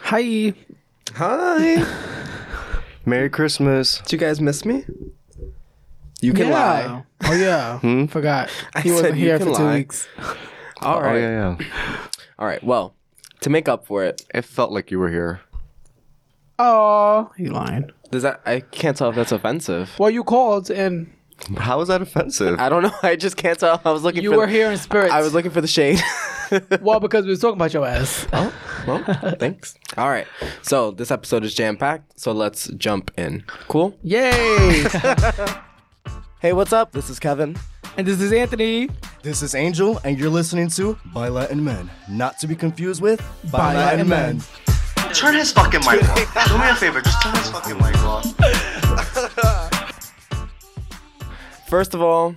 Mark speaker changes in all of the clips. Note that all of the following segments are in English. Speaker 1: Hi.
Speaker 2: Hi.
Speaker 3: Merry Christmas.
Speaker 2: Did you guys miss me? You can
Speaker 1: Yeah.
Speaker 2: lie.
Speaker 1: Oh yeah. Forgot.
Speaker 2: Hmm? I
Speaker 1: He wasn't
Speaker 2: said you
Speaker 1: here
Speaker 2: can
Speaker 1: for two
Speaker 2: lie.
Speaker 1: weeks.
Speaker 2: All
Speaker 3: Oh
Speaker 2: right.
Speaker 3: yeah, yeah.
Speaker 2: All right. Well, to make up for it,
Speaker 3: It felt like you were here.
Speaker 1: Oh, he lying.
Speaker 2: does that I can't tell if that's offensive.
Speaker 1: Well, you called and
Speaker 3: How is that offensive?
Speaker 4: Uh,
Speaker 2: I don't know. I just can't tell. I was looking
Speaker 1: you
Speaker 2: for
Speaker 1: were here in spirit.
Speaker 2: I was looking for the shade.
Speaker 1: well because we was talking about your ass.
Speaker 2: oh, well, thanks. All right. So, this episode is jam packed. So, let's jump in. Cool?
Speaker 1: Yay!
Speaker 2: Hey, what's up? This is Kevin.
Speaker 1: and this is Anthony.
Speaker 4: This is Angel, and you're listening to By Latin Men, not to be confused with By, Latin, Men.
Speaker 5: Turn his fucking mic off. Do me a favor, just turn his fucking mic off.
Speaker 2: First of all,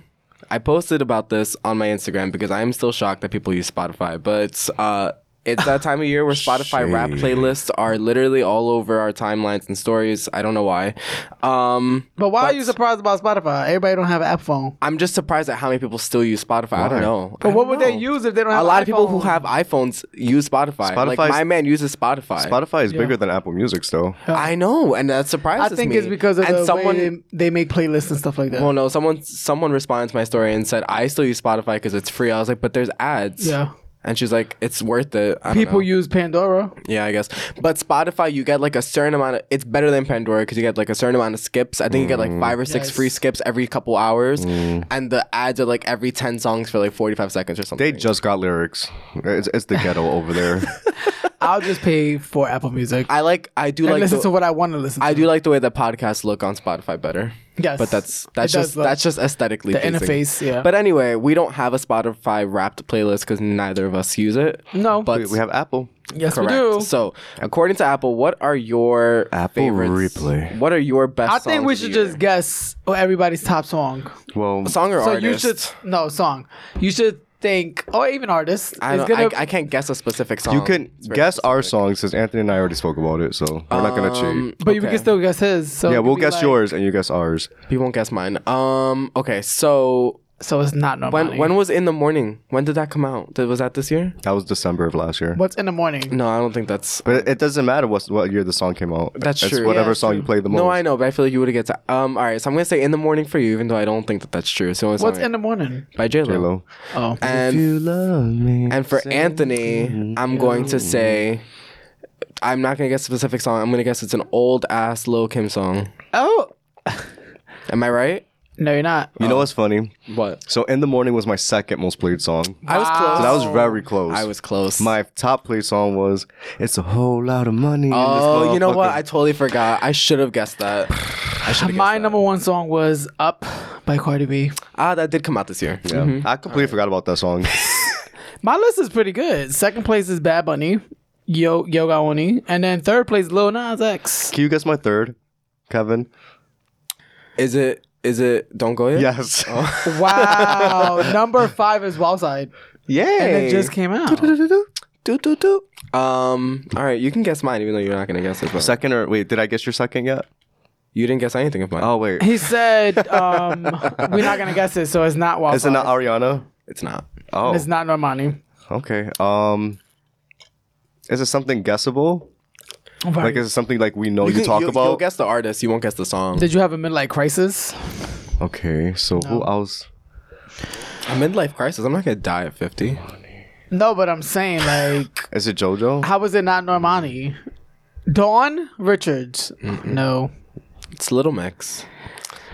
Speaker 2: I posted about this on my Instagram because I am still shocked that people use Spotify, but it's, uh, it's that time of year where Spotify rap playlists are literally all over our timelines and stories. I don't know why. Um,
Speaker 1: But why are you surprised about Spotify? Everybody don't have an app phone.
Speaker 2: I'm just surprised at how many people still use Spotify. I don't know.
Speaker 1: But what would they use if they don't have
Speaker 2: a lot of people who
Speaker 1: iPhone?
Speaker 2: have iPhones use Spotify. like
Speaker 3: Spotify's-
Speaker 2: my man uses Spotify.
Speaker 3: Spotify is bigger than Apple Music's though.
Speaker 2: I know, and that
Speaker 1: I
Speaker 2: surprises me.
Speaker 1: think it's because of
Speaker 2: and
Speaker 1: the
Speaker 2: someone.
Speaker 1: way they, they make playlists and stuff like that.
Speaker 2: well, no, someone someone responded to my story and said I still use Spotify because it's free. I was like, but there's ads.
Speaker 1: Yeah.
Speaker 2: And she's like, it's worth it. I don't
Speaker 1: people
Speaker 2: know.
Speaker 1: use Pandora.
Speaker 2: yeah, I guess. But Spotify, you get like a certain amount. of... It's better than Pandora because you get like a certain amount of skips. I think you get like five or six free skips every couple hours,
Speaker 1: Mm.
Speaker 2: and the ads are like every ten songs for like forty five seconds or something.
Speaker 3: They just got lyrics. It's, it's the ghetto over there.
Speaker 1: I'll just pay for Apple Music.
Speaker 2: I like. I do
Speaker 1: and
Speaker 2: like.
Speaker 1: listen
Speaker 2: the-
Speaker 1: to what I want to listen to.
Speaker 2: I do like the way that podcasts look on Spotify better.
Speaker 1: Yes.
Speaker 2: but that's
Speaker 1: It does
Speaker 2: that's just
Speaker 1: look-
Speaker 2: that's just aesthetically
Speaker 1: the
Speaker 2: pleasing.
Speaker 1: interface, yeah.
Speaker 2: But anyway, we don't have a Spotify wrapped playlist because neither of us use it.
Speaker 1: no,
Speaker 2: but
Speaker 3: we, we have Apple.
Speaker 1: yes
Speaker 2: correct.
Speaker 1: we do.
Speaker 2: So according to Apple, what are your
Speaker 3: Apple
Speaker 2: favorites?
Speaker 3: Replay.
Speaker 2: What are your best?
Speaker 1: I think
Speaker 2: songs
Speaker 1: we
Speaker 2: of
Speaker 1: should
Speaker 2: the year?
Speaker 1: just guess everybody's top song.
Speaker 3: Well,
Speaker 2: song or
Speaker 1: so
Speaker 2: artist.
Speaker 1: you should no song. You should think, or even artist.
Speaker 2: I,
Speaker 1: It's
Speaker 2: don't,
Speaker 1: gonna-
Speaker 2: I, I can't guess a specific song.
Speaker 3: you can
Speaker 2: It's very
Speaker 3: guess our
Speaker 2: specific.
Speaker 3: song since Anthony and I already spoke about it, so we're not gonna cheat.
Speaker 1: but you
Speaker 2: Okay.
Speaker 1: can still guess his. So
Speaker 3: Yeah,
Speaker 1: it could
Speaker 3: we'll
Speaker 1: be
Speaker 3: guess
Speaker 1: like-
Speaker 3: yours and you guess ours.
Speaker 2: You won't guess mine. Um. Okay. So
Speaker 1: So it's not
Speaker 2: when
Speaker 1: normal.
Speaker 2: when was in the morning? When did that come out? Did, was that this year?
Speaker 3: That was December of last year.
Speaker 1: what's in the morning?
Speaker 2: No, I don't think that's.
Speaker 3: But it doesn't matter what what year the song came out.
Speaker 2: That's
Speaker 3: it's
Speaker 2: true.
Speaker 3: Whatever
Speaker 1: Yeah,
Speaker 3: song
Speaker 1: true.
Speaker 3: you play the most.
Speaker 2: No, I know, but I feel like you would have get to. Um, all right, so I'm gonna say in the morning for you, even though I don't think that that's true. So it's
Speaker 1: What's
Speaker 2: only-
Speaker 1: in the morning?
Speaker 2: by J Lo.
Speaker 3: Hello.
Speaker 1: Oh,
Speaker 2: And
Speaker 3: love me.
Speaker 2: and for
Speaker 3: mm-hmm.
Speaker 2: Anthony, I'm going to say, I'm not gonna guess a specific song. I'm gonna guess it's an old ass Lil Kim song.
Speaker 1: oh
Speaker 2: Am I right?
Speaker 1: no, you're not.
Speaker 3: You know what's funny?
Speaker 2: What?
Speaker 3: So in the morning was my second most played song.
Speaker 2: I was close.
Speaker 3: So Ah. that was very close.
Speaker 2: I was close.
Speaker 3: My top played song was "It's a Whole Lot of Money." in this
Speaker 2: Oh, you know what?
Speaker 3: motherfucker."
Speaker 2: I totally forgot. I should have guessed that. I should have
Speaker 1: My
Speaker 2: guessed that.
Speaker 1: number one song was "Up" by Cardi B.
Speaker 2: Ah, that did come out this year.
Speaker 3: Yeah. I completely forgot about that song.
Speaker 1: My list is pretty good. Second place is Bad Bunny, Yo Yoga Oni, and then third place Lil Nas X.
Speaker 3: Can you guess my third, Kevin?
Speaker 2: Is it? Is it? Don't go yet.
Speaker 3: Yes.
Speaker 1: Oh. Wow, number five is Wildside,
Speaker 2: Yay.
Speaker 1: and it just came out.
Speaker 2: Do do do. Um. All right, you can guess mine, even though you're not gonna guess it. But
Speaker 3: second or wait? Did I guess your second yet?
Speaker 2: you didn't guess anything of mine.
Speaker 3: Oh wait.
Speaker 1: He said, um, "We're not gonna guess it, so it's not Wildside.
Speaker 3: Is it not Ariana?
Speaker 2: it's not.
Speaker 3: Oh.
Speaker 1: It's not Normani."
Speaker 3: okay. Um. Is it something guessable? Like is it something like we know you,
Speaker 2: can-
Speaker 3: talk
Speaker 2: You'll
Speaker 3: about?
Speaker 2: guess the artist. You won't guess the song.
Speaker 1: Did you have a midlife crisis?
Speaker 3: okay. So who else?
Speaker 2: A midlife crisis. I'm not gonna die at 50.
Speaker 1: No, but I'm saying like,
Speaker 3: Is it JoJo?
Speaker 1: how was it not Normani? Dawn Richards. No.
Speaker 2: It's Little Mix.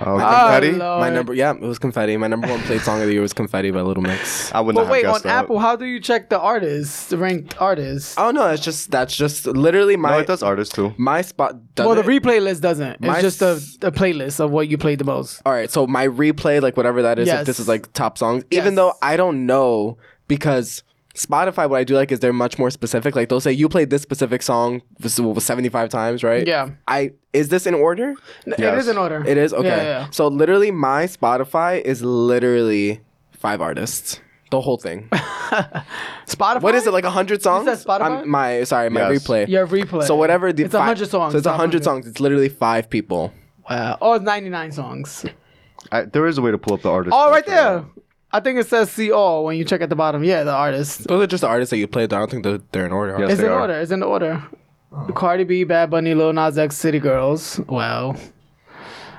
Speaker 3: Oh, confetti.
Speaker 1: Lord.
Speaker 2: My number. Yeah, it was Confetti. My number one played song of the year was Confetti by Little Mix.
Speaker 3: I would not
Speaker 1: But wait,
Speaker 3: have
Speaker 1: on
Speaker 3: guessed that.
Speaker 1: Apple, how do you check the artists, the ranked artists?
Speaker 2: Oh no, that's just that's just literally my
Speaker 3: No, it does artists too.
Speaker 2: my spot. Does
Speaker 1: well, the
Speaker 2: it?
Speaker 1: replay list doesn't.
Speaker 2: My
Speaker 1: it's just a, a playlist of what you played the most.
Speaker 2: All right, so my replay, like whatever that is, if
Speaker 1: Yes.
Speaker 2: this is like top songs,
Speaker 1: Yes.
Speaker 2: even though I don't know because Spotify, what I do like is they're much more specific. Like they'll say you played this specific song this was 75 times, right?
Speaker 1: Yeah.
Speaker 2: I is this in order?
Speaker 1: It is in order.
Speaker 2: It is okay.
Speaker 1: Yeah, yeah.
Speaker 2: So literally, my Spotify is literally five artists. The whole thing.
Speaker 1: Spotify.
Speaker 2: What is it like? hundred songs?
Speaker 1: that Spotify?
Speaker 2: I'm- my sorry, my
Speaker 3: Yes.
Speaker 2: replay.
Speaker 1: Your replay.
Speaker 2: So whatever. The
Speaker 1: It's 100 songs,
Speaker 2: So it's
Speaker 1: not
Speaker 2: hundred
Speaker 1: 100.
Speaker 2: songs. It's literally five people.
Speaker 1: Wow. Oh, it's 99 songs.
Speaker 3: I, there is a way to pull up the artist.
Speaker 1: Oh, right there. I think it says see all when you check at the bottom. Yeah, the artist.
Speaker 2: Those are just the artists that you played. I don't think they're, they're in order.
Speaker 3: Yes.
Speaker 1: It's
Speaker 3: They
Speaker 1: in
Speaker 3: are. Oh.
Speaker 1: order. It's in order. Cardi B, Bad Bunny, Lil Nas X, City Girls. Wow.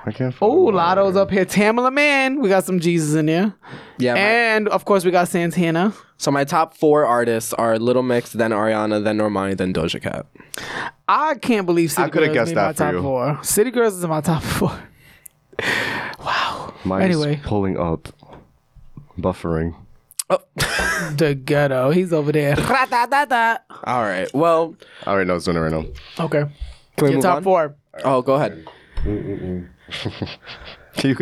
Speaker 3: I can't.
Speaker 1: Oh, Lotto's up here. Tamala Man. We got some Jesus in here.
Speaker 2: Yeah. my-
Speaker 1: And of course, we got Santana.
Speaker 2: so my top four artists are Little Mix, then Ariana, then Normani, then Doja Cat.
Speaker 1: I can't believe City
Speaker 3: I coulda
Speaker 1: Girls
Speaker 3: guessed
Speaker 1: made
Speaker 3: that
Speaker 1: my
Speaker 3: for
Speaker 1: top
Speaker 3: you.
Speaker 1: four. City Girls is in my top four.
Speaker 3: Mine's
Speaker 1: Anyway.
Speaker 3: pulling up, buffering.
Speaker 1: Oh. The ghetto. He's over there. Ra-da-da-da.
Speaker 2: All right. Well,
Speaker 3: I already know it's doing it right now.
Speaker 1: Okay.
Speaker 2: can we
Speaker 1: Your
Speaker 2: move
Speaker 1: top
Speaker 2: on?
Speaker 1: four.
Speaker 2: Oh, go ahead.
Speaker 3: You-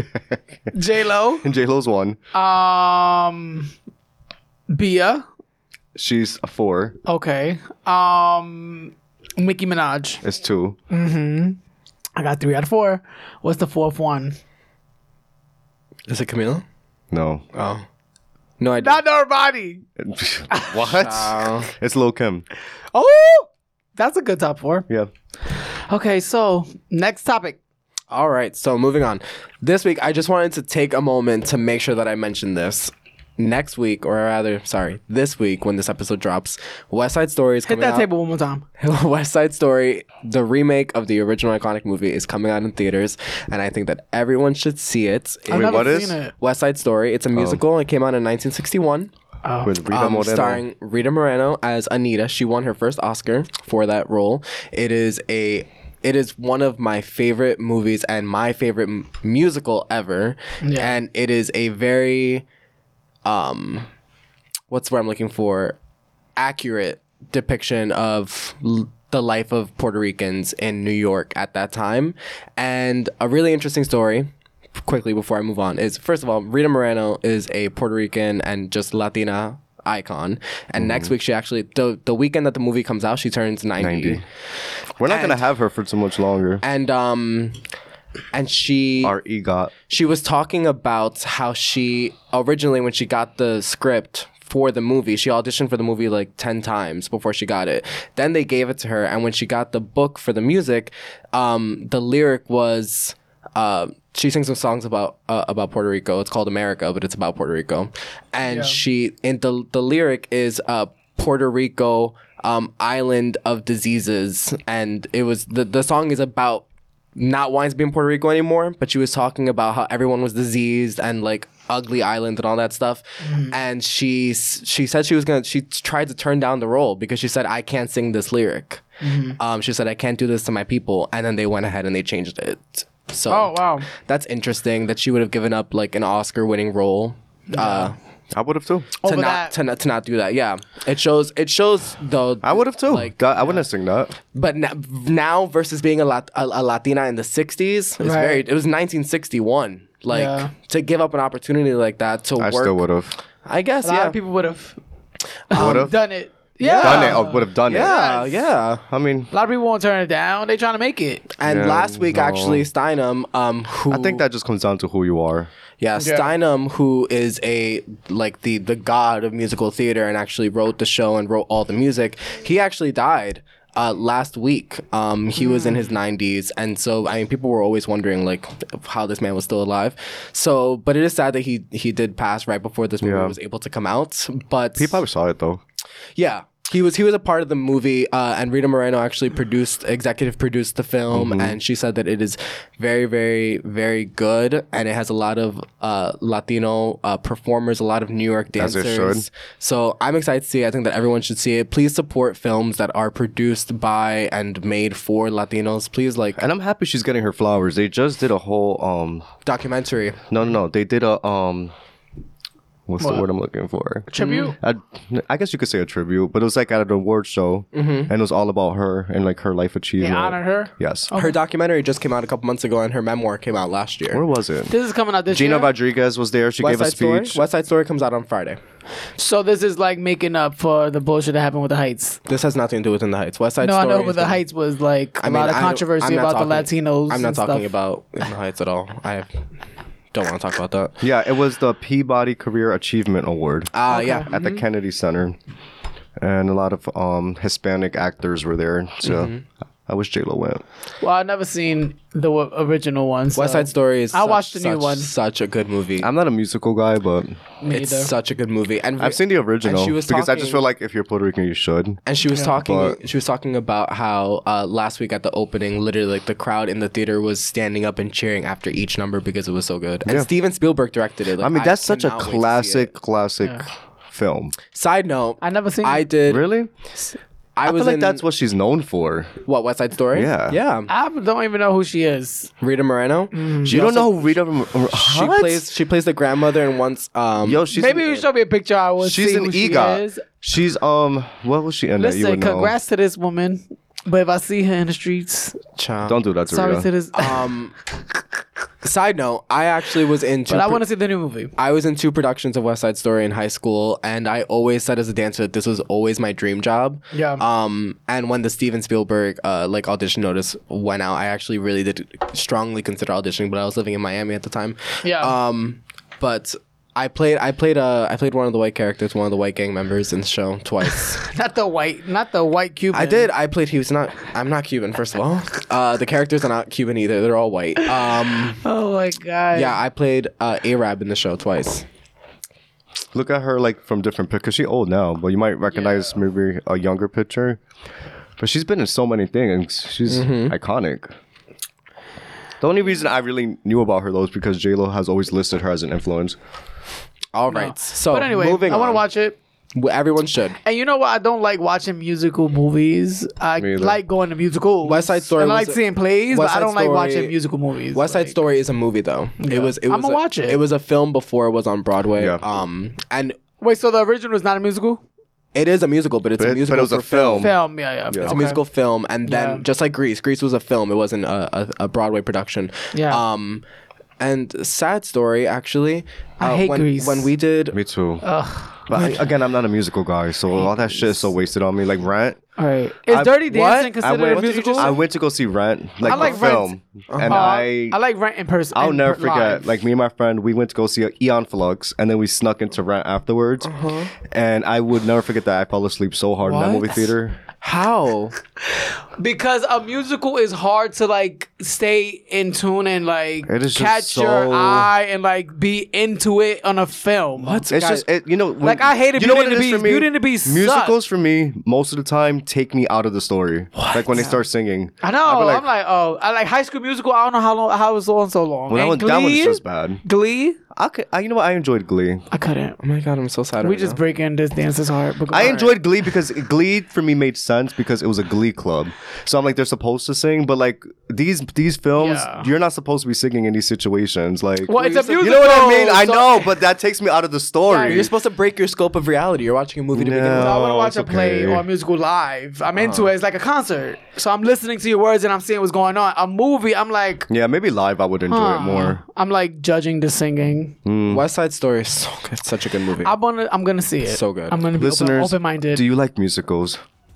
Speaker 1: J Lo.
Speaker 3: and J Lo's one.
Speaker 1: Um Bia.
Speaker 3: She's a four.
Speaker 1: Okay. Um Nicki Minaj.
Speaker 3: It's two.
Speaker 1: I got three out of four. What's the fourth one?
Speaker 2: Is it Camila?
Speaker 3: No.
Speaker 2: Oh. No, I
Speaker 1: Not nobody.
Speaker 3: what? It's Lil Kim.
Speaker 1: Oh that's a good top four.
Speaker 3: Yeah.
Speaker 1: Okay, so next topic.
Speaker 2: All right, so moving on. This week, I just wanted to take a moment to make sure that I mentioned this. Next week, or rather, sorry, this week when this episode drops, West Side Story is
Speaker 1: Hit
Speaker 2: coming
Speaker 1: that
Speaker 2: out.
Speaker 1: table one more time.
Speaker 2: West Side Story, the remake of the original iconic movie, is coming out in theaters, and I think that everyone should see it.
Speaker 1: I've
Speaker 2: It-
Speaker 1: never
Speaker 3: what is-
Speaker 1: seen it.
Speaker 2: West Side Story. It's a musical. It came out in 1961,
Speaker 1: Oh,
Speaker 3: With Rita
Speaker 2: um,
Speaker 3: Moreno.
Speaker 2: starring Rita Moreno as Anita. She won her first Oscar for that role. It is a it is one of my favorite movies and my favorite m- musical ever, and it is a very um what's what I'm looking for accurate depiction of l- the life of Puerto Ricans in New York at that time. And a really interesting story, quickly before I move on, is first of all, Rita Moreno is a Puerto Rican and just Latina icon. And next week, she actually, the, the weekend that the movie comes out, she turns 90.
Speaker 3: 90. We're not gonna
Speaker 2: And-
Speaker 3: have her for so much longer.
Speaker 2: And, um, and she
Speaker 3: Our E EGOT.
Speaker 2: she was talking about how she originally when she got the script for the movie she auditioned for the movie like 10 times before she got it then they gave it to her and when she got the book for the music um, the lyric was uh, she sings some songs about uh, about Puerto Rico. It's called America, but it's about Puerto Rico. And she and the the lyric is uh, Puerto Rico um, island of diseases, and it was the the song is about not wanting to be in Puerto Rico anymore, but she was talking about how everyone was diseased and like ugly island and all that stuff.
Speaker 1: Mm.
Speaker 2: And she s- she said she was gonna she tried to turn down the role because she said I can't sing this lyric.
Speaker 1: Mm-hmm.
Speaker 2: Um, she said I can't do this to my people, and then they went ahead and they changed it. So
Speaker 1: Oh wow.
Speaker 2: that's interesting that she would have given up like an Oscar winning role. Uh,
Speaker 3: I would have too.
Speaker 2: to
Speaker 1: Over
Speaker 2: not
Speaker 1: that.
Speaker 2: to not to not do that, yeah. It shows it shows though.
Speaker 3: I would have too.
Speaker 2: Like,
Speaker 3: That- I wouldn't have sing that.
Speaker 2: but na- now versus being a, lat- a, a Latina in the 60s, it's
Speaker 1: Right.
Speaker 2: very, it was 1961. Like
Speaker 1: Yeah.
Speaker 2: to give up an opportunity like that to
Speaker 3: I
Speaker 2: work.
Speaker 3: still would have.
Speaker 2: I guess,
Speaker 1: A lot
Speaker 2: yeah.
Speaker 1: of people would have
Speaker 3: Would have
Speaker 1: done it. Yeah.
Speaker 3: done it.
Speaker 2: Oh,
Speaker 3: Would have done it.
Speaker 2: yeah, yeah.
Speaker 3: I mean,
Speaker 1: A lot of people won't turn it down. They trying to make it.
Speaker 2: And
Speaker 3: Yeah,
Speaker 2: last week,
Speaker 3: no.
Speaker 2: actually, Steinem, um, who
Speaker 3: I think that just comes down to who you are.
Speaker 2: Yeah, Steinem, who is a like the the god of musical theater and actually wrote the show and wrote all the music, he actually died uh, last week. Um, he was in his 90s, and so I mean, people were always wondering like how this man was still alive. So, but it is sad that he he did pass right before this movie
Speaker 3: Yeah.
Speaker 2: was able to come out. But
Speaker 3: He probably saw it though.
Speaker 2: yeah. He was he was a part of the movie, uh, and Rita Moreno actually produced, executive produced the film,
Speaker 3: Mm-hmm.
Speaker 2: and she said that it is very, very, very good, and it has a lot of uh, Latino uh, performers, a lot of New York
Speaker 3: As it
Speaker 2: dancers.
Speaker 3: should.
Speaker 2: So I'm excited to see. it. I think that everyone should see it. Please support films that are produced by and made for Latinos. Please like
Speaker 3: And I'm happy she's getting her flowers. They just did a whole um
Speaker 2: documentary.
Speaker 3: no no no. They did a um What's
Speaker 1: What?
Speaker 3: the word I'm looking for?
Speaker 2: Mm.
Speaker 1: Tribute.
Speaker 3: I, I guess you could say a tribute, but it was like at an award show, and it was all about her and like her life
Speaker 1: They
Speaker 3: achievement.
Speaker 1: honored her.
Speaker 3: Yes.
Speaker 2: Her Oh. documentary just came out a couple months ago, and her memoir came out last year.
Speaker 3: Where was it?
Speaker 1: This is coming out this
Speaker 3: Gina
Speaker 1: year.
Speaker 3: Rodriguez was there. She
Speaker 2: West
Speaker 3: gave a
Speaker 2: Side Story.
Speaker 3: speech.
Speaker 2: West Side Story comes out on Friday.
Speaker 1: so this is like making up for the bullshit that happened with the Heights.
Speaker 2: This has nothing to do with In the Heights. West Side
Speaker 1: No, I
Speaker 2: Story.
Speaker 1: know, but
Speaker 2: is
Speaker 1: the Heights was like a lot of
Speaker 2: I-
Speaker 1: controversy
Speaker 2: I'm not
Speaker 1: about the
Speaker 2: talking-
Speaker 1: Latinos.
Speaker 2: I'm not
Speaker 1: and
Speaker 2: talking
Speaker 1: stuff.
Speaker 2: about In the Heights at all. I don't want to talk about that.
Speaker 3: Yeah, it was the Peabody Career Achievement Award
Speaker 2: Ah, yeah.
Speaker 3: at the Kennedy Center, and a lot of um, Hispanic actors were there. So
Speaker 2: Mm-hmm.
Speaker 3: I wish J Lo went.
Speaker 1: Well, I've never seen the w- original one. So.
Speaker 2: West Side Story is.
Speaker 1: I
Speaker 2: such-
Speaker 1: watched the new
Speaker 2: such-
Speaker 1: one.
Speaker 2: Such a good movie.
Speaker 3: I'm not a musical guy, but
Speaker 1: Me
Speaker 2: it's
Speaker 1: either.
Speaker 2: such a good movie, and
Speaker 3: I've seen the original
Speaker 2: And she was
Speaker 3: because I just
Speaker 2: talking-
Speaker 3: feel like if you're Puerto Rican, you should.
Speaker 2: And she was talking.
Speaker 3: But-
Speaker 2: she was talking about how uh, last week at the opening, literally, like the crowd in the theater was standing up and cheering after each number because it was so good. And
Speaker 3: Yeah.
Speaker 2: Steven Spielberg directed it. Like,
Speaker 3: I mean, that's such a
Speaker 2: cannot wait to see
Speaker 3: classic,
Speaker 2: it.
Speaker 3: classic film.
Speaker 2: Side note:
Speaker 1: I never seen
Speaker 2: I
Speaker 1: it.
Speaker 2: did.
Speaker 3: Really?
Speaker 2: I,
Speaker 3: I
Speaker 2: was
Speaker 3: feel like
Speaker 2: in
Speaker 3: that's what she's known for.
Speaker 2: what West Side Story.
Speaker 3: Yeah.
Speaker 2: yeah.
Speaker 1: I don't even know who she is.
Speaker 2: Rita Moreno. She
Speaker 1: Mm-hmm.
Speaker 3: You don't
Speaker 2: also-
Speaker 3: know who Rita?
Speaker 2: She plays. She plays the grandmother and once. Um,
Speaker 3: Yo, she's
Speaker 1: Maybe you show me a picture. I will
Speaker 3: she's
Speaker 1: see
Speaker 3: an
Speaker 1: who she
Speaker 3: EGOT.
Speaker 1: is.
Speaker 3: She's um, what was she in? that you
Speaker 1: Listen,
Speaker 3: would know?
Speaker 1: congrats to this woman. But if I see her in the streets,
Speaker 2: child.
Speaker 3: Don't do that to
Speaker 1: sorry
Speaker 3: Rita.
Speaker 1: to this.
Speaker 2: Um, side note: I actually was in. two
Speaker 1: but I
Speaker 2: pro-
Speaker 1: want to see the new movie.
Speaker 2: I was in two productions of West Side Story in high school, and I always said as a dancer that this was always my dream job.
Speaker 1: Yeah.
Speaker 2: Um, and when the Steven Spielberg uh, like audition notice went out, I actually really did strongly consider auditioning, but I was living in Miami at the time.
Speaker 1: Yeah.
Speaker 2: Um, but I played I played uh, I played one of the white characters, one of the white gang members in the show twice.
Speaker 1: Not the white, not the white Cuban.
Speaker 2: I did. I played. He was not. I'm not Cuban. First of all, uh, the characters are not Cuban either. They're all white. Um,
Speaker 1: Oh my god.
Speaker 2: yeah, I played uh, Arab in the show twice.
Speaker 3: Look at her like from different pictures. She old now, but you might recognize maybe a younger picture. But she's been in so many things. She's
Speaker 1: Mm-hmm.
Speaker 3: iconic. The only reason I really knew about her though is because J Lo has always listed her as an influence.
Speaker 2: All right. So,
Speaker 1: But anyway,
Speaker 2: moving
Speaker 1: I want to
Speaker 2: on.
Speaker 1: watch it.
Speaker 2: Well, Everyone should.
Speaker 1: And you know what? I don't like watching musical movies. I
Speaker 3: Me either.
Speaker 1: like going to musicals.
Speaker 2: West Side Story
Speaker 1: And I
Speaker 2: was
Speaker 1: like
Speaker 2: a-
Speaker 1: seeing plays, but
Speaker 2: West
Speaker 1: I
Speaker 2: Side
Speaker 1: don't like
Speaker 2: Story-
Speaker 1: watching musical movies.
Speaker 2: West Side
Speaker 1: Like,
Speaker 2: Story is a movie though. It was. It was.
Speaker 1: I'ma
Speaker 2: a-
Speaker 1: watch it.
Speaker 2: It was a film before it was on Broadway.
Speaker 3: Yeah.
Speaker 2: Um, and
Speaker 1: Wait, so the original is not a musical
Speaker 2: it is a musical, but it's
Speaker 3: But,
Speaker 2: a
Speaker 3: it- but
Speaker 2: musical
Speaker 3: it was
Speaker 2: for
Speaker 3: a film.
Speaker 1: film? Yeah, yeah.
Speaker 3: Yeah.
Speaker 2: It's
Speaker 1: Okay.
Speaker 2: a musical film, and then
Speaker 1: Yeah.
Speaker 2: just like Grease, Grease was a film. It wasn't a, a, a Broadway production.
Speaker 1: Yeah.
Speaker 2: Um, and sad story actually. uh,
Speaker 1: I hate
Speaker 2: when,
Speaker 1: Grease.
Speaker 2: When we did oh
Speaker 3: Me too. But I- again, I'm not a musical guy, so all that shit is so wasted on me. Like Rent.
Speaker 1: All right. Is
Speaker 3: I-
Speaker 1: Dirty Dancing
Speaker 3: what? I
Speaker 1: considered
Speaker 3: went-
Speaker 1: a
Speaker 3: what did you
Speaker 1: musical?
Speaker 3: just- I went to go see Rent, like,
Speaker 1: I like
Speaker 3: the
Speaker 1: Rent.
Speaker 3: film, and
Speaker 1: Uh,
Speaker 3: I
Speaker 1: I like Rent in person.
Speaker 3: I'll
Speaker 1: in
Speaker 3: never
Speaker 1: per-
Speaker 3: forget.
Speaker 1: live.
Speaker 3: Like me and my friend, we went to go see Eon Flux, and then we snuck into Rent afterwards.
Speaker 1: Uh-huh.
Speaker 3: And I would never forget that I fell asleep so hard in that movie
Speaker 2: What?
Speaker 3: theater.
Speaker 2: how
Speaker 1: because a musical is hard to like stay in tune and like
Speaker 3: It is just
Speaker 1: catch your
Speaker 3: so-
Speaker 1: eye and like be into it on a film. What?
Speaker 3: It's just it, you know, when-
Speaker 1: Like, I hated
Speaker 3: you know
Speaker 1: Beauty and
Speaker 3: what it
Speaker 1: the
Speaker 3: is for
Speaker 1: Beast.
Speaker 3: me?
Speaker 1: Beauty and the Beast
Speaker 3: Musicals for me, most of the time, take me out of the story. Like when they start singing.
Speaker 1: I know.
Speaker 3: I'd be
Speaker 1: I'm like, oh, I like High School Musical. I don't know how long, how it's on so long.
Speaker 3: well, that,
Speaker 1: And
Speaker 3: one, that one's
Speaker 1: Glee-
Speaker 3: just bad.
Speaker 1: Glee.
Speaker 3: I, could, I, you know what? I enjoyed Glee.
Speaker 1: I couldn't.
Speaker 2: Oh my god, I'm so sad.
Speaker 1: We
Speaker 2: right
Speaker 1: just
Speaker 2: now.
Speaker 1: breaking this dancer's heart. but go
Speaker 3: I
Speaker 1: on.
Speaker 3: enjoyed Glee because Glee for me made sense because it was a Glee club. So I'm like, they're supposed to sing, but like these these films,
Speaker 1: Yeah.
Speaker 3: you're not supposed to be singing in these situations. Like,
Speaker 1: Well, it's a musical.
Speaker 3: You know what I mean? I
Speaker 1: so-
Speaker 3: know, but that takes me out of the story.
Speaker 2: You're supposed to break your scope of reality. You're watching a movie to
Speaker 3: No.
Speaker 2: begin with.
Speaker 1: So I want to
Speaker 3: Oh,
Speaker 1: watch
Speaker 3: it's
Speaker 1: a play
Speaker 3: okay. Uh-huh.
Speaker 1: or a musical live. I'm into it. It's like a concert. So I'm listening to your words and I'm seeing what's going on. A movie, I'm like, uh-huh.
Speaker 3: yeah, maybe live I would enjoy it more. Mm.
Speaker 1: I'm like judging the singing.
Speaker 2: West Side Story is so good. Such a good movie.
Speaker 1: I'm gonna, I'm gonna see it.
Speaker 2: So good.
Speaker 1: I'm gonna be
Speaker 3: Listeners,
Speaker 1: open minded.
Speaker 3: do you like musicals?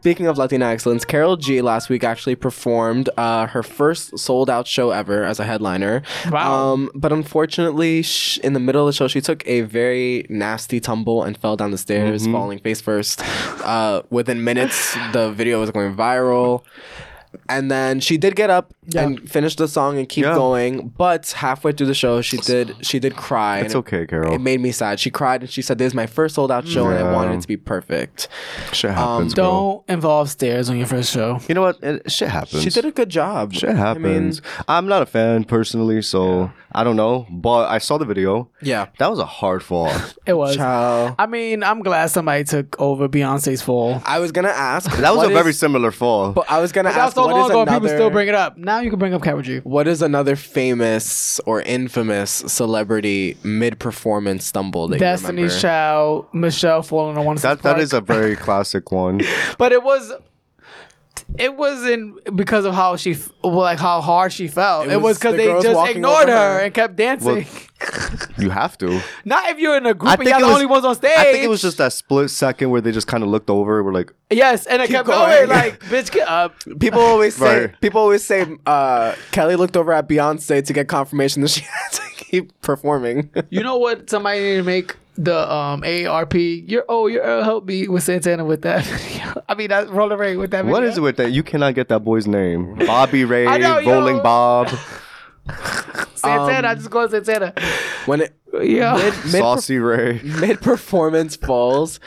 Speaker 2: Speaking of Latina excellence, Carol G last week actually performed uh, her first sold out show ever as a headliner. Wow. Um, but unfortunately, sh- in the middle of the show, she took a very nasty tumble and fell down the stairs,
Speaker 3: Mhm.
Speaker 2: falling face first. Uh, within minutes, the video was going viral. And then she did get up and finish the song and keep
Speaker 3: Yeah.
Speaker 2: going. But halfway through the show, she did she did cry.
Speaker 3: It's
Speaker 2: and it-
Speaker 3: okay, Carol.
Speaker 2: It made me sad. She cried and she said, "This is my first sold out show, and I wanted
Speaker 3: Yeah.
Speaker 2: it to be perfect."
Speaker 3: Shit
Speaker 2: Um,
Speaker 3: happens. girl.
Speaker 1: Don't involve stairs on your first show.
Speaker 3: You know what? It, shit happens.
Speaker 2: She did a good job.
Speaker 3: Shit happens. I am not a fan personally, so I don't know. But I saw the video.
Speaker 2: Yeah.
Speaker 3: That was a hard fall.
Speaker 1: It was.
Speaker 2: Ciao.
Speaker 1: I mean, I'm glad somebody took over Beyonce's fall.
Speaker 2: I was gonna ask.
Speaker 3: That was
Speaker 2: what
Speaker 3: a very
Speaker 2: is-
Speaker 3: similar fall.
Speaker 2: But I was gonna
Speaker 1: That was
Speaker 2: ask.
Speaker 1: so
Speaker 2: what
Speaker 1: long
Speaker 2: is
Speaker 1: ago, and
Speaker 2: another?
Speaker 1: people still bring it up. Now you can bring up Carol G.
Speaker 2: what is another famous or infamous celebrity mid-performance stumble that you
Speaker 1: Destiny's
Speaker 2: remember?
Speaker 1: Child, Michelle falling on one side.
Speaker 3: that that is a very classic one.
Speaker 1: But it was. It wasn't because of how she, f- well, like how hard she felt.
Speaker 2: It
Speaker 1: It was
Speaker 2: was
Speaker 1: because
Speaker 2: the
Speaker 1: they
Speaker 2: girls
Speaker 1: just
Speaker 2: walking
Speaker 1: ignored
Speaker 2: over
Speaker 1: her
Speaker 2: her.
Speaker 1: and kept dancing.
Speaker 3: Well, You have to.
Speaker 1: Not if you're in a group
Speaker 3: I
Speaker 1: and y'all
Speaker 3: it
Speaker 1: the
Speaker 3: was-
Speaker 1: only ones on stage.
Speaker 3: I think it was just that split second where they just kind of looked over. We're like,
Speaker 1: yes, and it kept going.
Speaker 2: going.
Speaker 1: Like, bitch, get up.
Speaker 2: People always say.
Speaker 3: Right.
Speaker 2: People always say. Uh, Kelly looked over at Beyonce to get confirmation that she had to keep performing.
Speaker 1: You know what? Somebody need to make the um ARP. Your oh, your Earl help me with Santana with that. video. I mean, that's Rolling Ray with that.
Speaker 3: what
Speaker 1: video.
Speaker 3: is it with that? You cannot get that boy's name. Bobby Ray,
Speaker 1: I know, yo.
Speaker 3: Rolling Bob, um,
Speaker 1: Santana? I just call it Santana.
Speaker 2: when it
Speaker 1: Yeah.
Speaker 2: mid
Speaker 3: Saucy Ray.
Speaker 2: mid performance falls.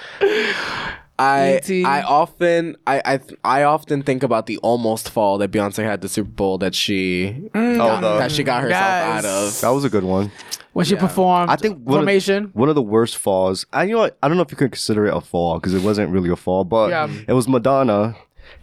Speaker 2: I
Speaker 1: E.T..
Speaker 2: I often I, I I often think about the almost fall that Beyonce had at the Super Bowl that she got,
Speaker 3: the-
Speaker 2: that she got herself
Speaker 1: Mm. Yes.
Speaker 2: out of.
Speaker 3: That was a good one.
Speaker 1: When she performed,
Speaker 3: I think one
Speaker 1: formation.
Speaker 3: Of, one of the worst falls. I you know what, I don't know if you could consider it a fall because it wasn't really a fall, but
Speaker 1: Yeah. Mm-hmm.
Speaker 3: it was Madonna,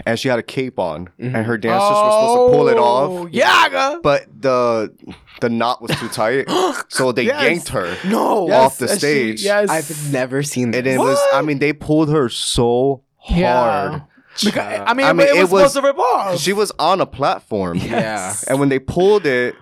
Speaker 3: and she had a cape on, and her dancers were supposed to pull it
Speaker 1: Oh,
Speaker 3: off.
Speaker 1: Yaga.
Speaker 3: But the the knot was too tight, so they yanked her
Speaker 2: No.
Speaker 3: off the
Speaker 1: Yes, she-
Speaker 3: stage.
Speaker 1: yes.
Speaker 2: I've never seen that.
Speaker 3: and it was. I mean, they pulled her so hard.
Speaker 1: Yeah. Because, I mean,
Speaker 3: Uh, I mean,
Speaker 1: it,
Speaker 3: it
Speaker 1: was,
Speaker 3: was-
Speaker 1: supposed to rip off.
Speaker 3: She was on a platform.
Speaker 2: Yeah.
Speaker 3: and when they pulled it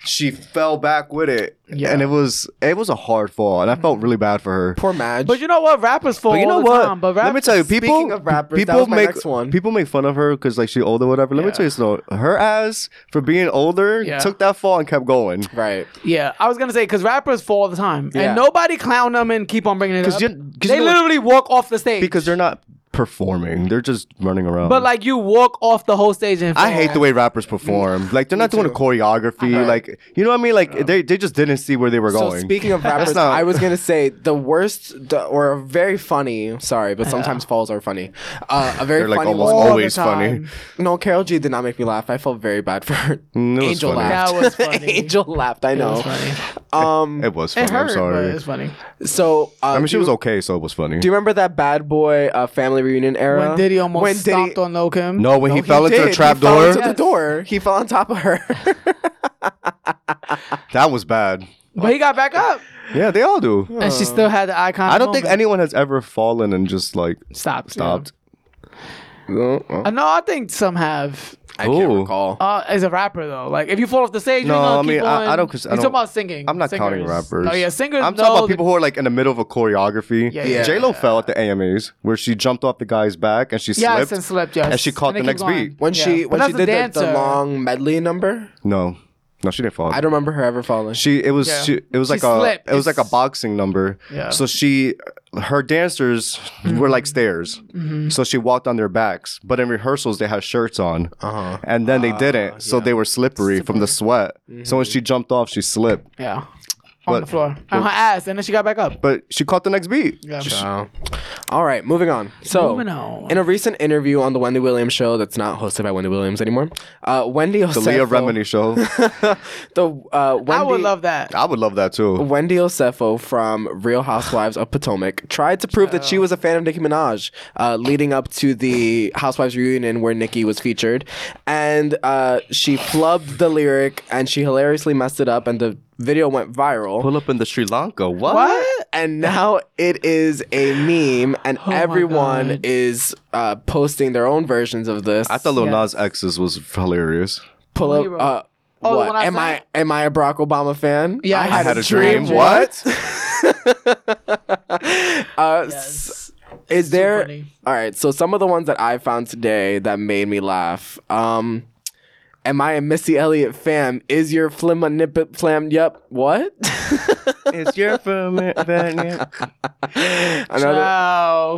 Speaker 3: she fell back with it
Speaker 1: Yeah.
Speaker 3: and it was it was a hard fall and i felt really bad for her
Speaker 2: Mm. Poor Madge.
Speaker 1: but you know what? Rappers fall.
Speaker 3: but you know
Speaker 1: all the
Speaker 3: what
Speaker 1: Time, but
Speaker 3: let me
Speaker 1: rappers-
Speaker 3: tell you
Speaker 2: Speaking
Speaker 3: people
Speaker 2: of rappers, that
Speaker 3: people
Speaker 2: was my
Speaker 3: make
Speaker 2: next one.
Speaker 3: people make fun of her because like she old or whatever let me
Speaker 1: Yeah.
Speaker 3: tell you something her ass for being older
Speaker 1: Yeah.
Speaker 3: took that fall and kept going
Speaker 2: right.
Speaker 1: Yeah, I was gonna say because rappers fall all the time,
Speaker 2: Yeah.
Speaker 1: and nobody clown them and keep on bringing it
Speaker 3: 'Cause
Speaker 1: up.
Speaker 3: you- 'cause
Speaker 1: they
Speaker 3: you know-
Speaker 1: literally walk off the stage
Speaker 3: because they're not performing they're just running around
Speaker 1: But like you walk off the whole stage and
Speaker 3: I
Speaker 1: fall.
Speaker 3: hate the way rappers perform. Like they're not doing a choreography. Like you know what I mean. Like they, they just didn't see where they were going.
Speaker 2: So speaking of
Speaker 3: That's
Speaker 2: rappers,
Speaker 3: not-
Speaker 2: I was gonna say the worst the, or a very funny. Sorry, but sometimes falls are funny. Uh, a very
Speaker 3: they're like
Speaker 2: funny
Speaker 3: almost
Speaker 2: one.
Speaker 1: the
Speaker 3: always funny.
Speaker 1: time.
Speaker 2: No, Carol G did not make me laugh. I felt very bad for her.
Speaker 3: Mm, it was
Speaker 2: Angel
Speaker 3: funny.
Speaker 2: laughed.
Speaker 1: That was funny.
Speaker 2: Angel laughed. I know. Um.
Speaker 3: It was funny.
Speaker 1: It hurt,
Speaker 3: I'm
Speaker 1: but
Speaker 3: sorry.
Speaker 1: it's funny.
Speaker 2: So uh,
Speaker 3: I mean, she
Speaker 2: do-
Speaker 3: was okay, so it was funny.
Speaker 2: Do you remember that Bad Boy uh, family reunion era?
Speaker 1: When Diddy almost
Speaker 2: When
Speaker 1: stomped on Lil Kim.
Speaker 3: no, when he
Speaker 2: He
Speaker 3: fell into
Speaker 2: did.
Speaker 3: the trap
Speaker 2: he Fell
Speaker 3: door,
Speaker 2: into the door. He fell on top of her.
Speaker 3: that was bad.
Speaker 1: but he got back up,
Speaker 3: Yeah, they all do.
Speaker 1: and she still had the icon.
Speaker 3: Uh, I don't think anyone has ever fallen and just like
Speaker 1: stopped.
Speaker 3: stopped.
Speaker 1: Yeah. Uh, No, I think some have.
Speaker 2: I can't
Speaker 3: Ooh.
Speaker 2: recall.
Speaker 1: Uh, as a rapper though, like if you fall off the stage,
Speaker 3: No,
Speaker 1: you're gonna
Speaker 3: I mean,
Speaker 1: keep
Speaker 3: I-
Speaker 1: on.
Speaker 3: I don't cons- I
Speaker 1: You're talking
Speaker 3: don't-
Speaker 1: about singing.
Speaker 3: I'm not
Speaker 1: Singers.
Speaker 3: counting rappers.
Speaker 1: Oh yeah, singers.
Speaker 3: I'm talking
Speaker 1: know
Speaker 3: about people who are like in the middle of a choreography.
Speaker 1: Yeah, yeah.
Speaker 3: J Lo fell at the AMAs where she jumped off the guy's back and she
Speaker 1: Yes,
Speaker 3: slipped
Speaker 1: and slipped, yes.
Speaker 3: and she caught
Speaker 1: And
Speaker 3: the
Speaker 1: it keeps
Speaker 3: next
Speaker 1: going.
Speaker 3: beat.
Speaker 2: When
Speaker 1: Yeah.
Speaker 2: she
Speaker 1: But
Speaker 2: when she
Speaker 1: that's a
Speaker 2: did the, the
Speaker 1: dancer.
Speaker 2: long medley number,
Speaker 3: No, No, she didn't fall.
Speaker 2: I don't remember her ever falling.
Speaker 3: She it was she, it was like a it was like a boxing number.
Speaker 2: Yeah. Mm-hmm.
Speaker 3: So she her dancers were like stairs.
Speaker 2: Mhm.
Speaker 3: So she walked on their backs. But in rehearsals they had shirts on. Uh-huh. And then they
Speaker 2: Ah,
Speaker 3: didn't. So they were slippery, from the sweat. So
Speaker 2: Mm-hmm.
Speaker 3: when she jumped off, she slipped.
Speaker 1: Yeah.
Speaker 3: But,
Speaker 1: on the floor on her ass, and then she got back up.
Speaker 3: but she caught the next beat.
Speaker 1: Yeah.
Speaker 2: All right, moving on. So,
Speaker 1: Moving on.
Speaker 2: in a recent interview on the Wendy Williams show, that's not hosted by Wendy Williams anymore, uh, Wendy
Speaker 3: The Leah
Speaker 2: Osefo,
Speaker 3: Remini show.
Speaker 2: the uh, Wendy, I would love
Speaker 1: that.
Speaker 3: I would love that too.
Speaker 2: Wendy Osefo from Real Housewives of Potomac tried to prove that she was a fan of Nicki Minaj, uh, leading up to the Housewives reunion where Nicki was featured, and uh, she flubbed the lyric and she hilariously messed it up, and the video went viral.
Speaker 3: Pull up in the Sri Lanka. What?
Speaker 2: And now it is a meme, and everyone is uh, posting their own versions of this.
Speaker 3: I thought Lil Nas X's was hilarious.
Speaker 2: Pull
Speaker 3: What do
Speaker 2: up.
Speaker 3: you wrote?
Speaker 2: Uh,
Speaker 1: Oh,
Speaker 2: what?
Speaker 1: the one I
Speaker 2: am I am I a Barack Obama fan?
Speaker 1: Yeah,
Speaker 2: I had, a, dream. What? uh, s- Is there? All right. So some of the ones that I found today that made me laugh. Um, am I a Missy Elliott fan? Is your flim a nippet flam? Yep. What?
Speaker 3: It's your film. another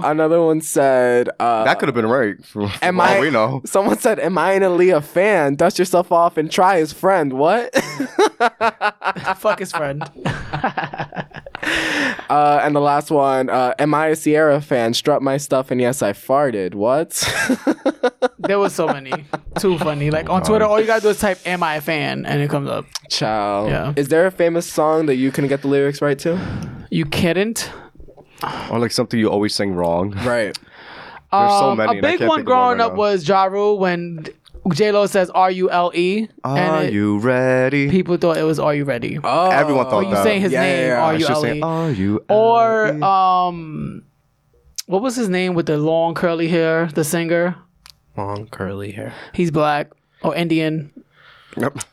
Speaker 2: another one said uh,
Speaker 3: that could have been right. For, for
Speaker 2: Am
Speaker 3: all
Speaker 2: I?
Speaker 3: we know.
Speaker 2: Someone said, "Am I an Aaliyah fan? Dust yourself off and try his friend." What?
Speaker 1: Fuck his friend.
Speaker 2: Uh, and the last one, uh, am I a Sierra fan? Strut my stuff and yes, I farted. What?
Speaker 1: There was so many. Too funny. Like on
Speaker 2: God.
Speaker 1: Twitter, all you gotta do is type "Am I a fan?" and it comes up.
Speaker 2: Chow.
Speaker 1: Yeah.
Speaker 2: Is there a famous song that you couldn't get the lyrics right to?
Speaker 1: You kiddn't?
Speaker 3: Or like something you always sang wrong. There's
Speaker 2: Right.
Speaker 3: so
Speaker 1: Um,
Speaker 3: many.
Speaker 1: A
Speaker 3: and I
Speaker 1: big
Speaker 3: can't
Speaker 1: one
Speaker 3: think of one
Speaker 1: growing
Speaker 3: right
Speaker 1: up
Speaker 3: now.
Speaker 1: was Ja Rule when J Lo says "Are you L E?"
Speaker 3: Are you ready?
Speaker 1: People thought it was "Are you ready?"
Speaker 2: Oh,
Speaker 3: Everyone thought
Speaker 1: you
Speaker 3: that.
Speaker 1: saying his name, "Are you
Speaker 3: She's
Speaker 1: L
Speaker 3: saying, "Oh,
Speaker 1: E?"
Speaker 3: Are you?
Speaker 2: Mm-hmm.
Speaker 1: Or um, what was his name with the long curly hair? The singer.
Speaker 2: Long curly hair.
Speaker 1: He's black or Indian.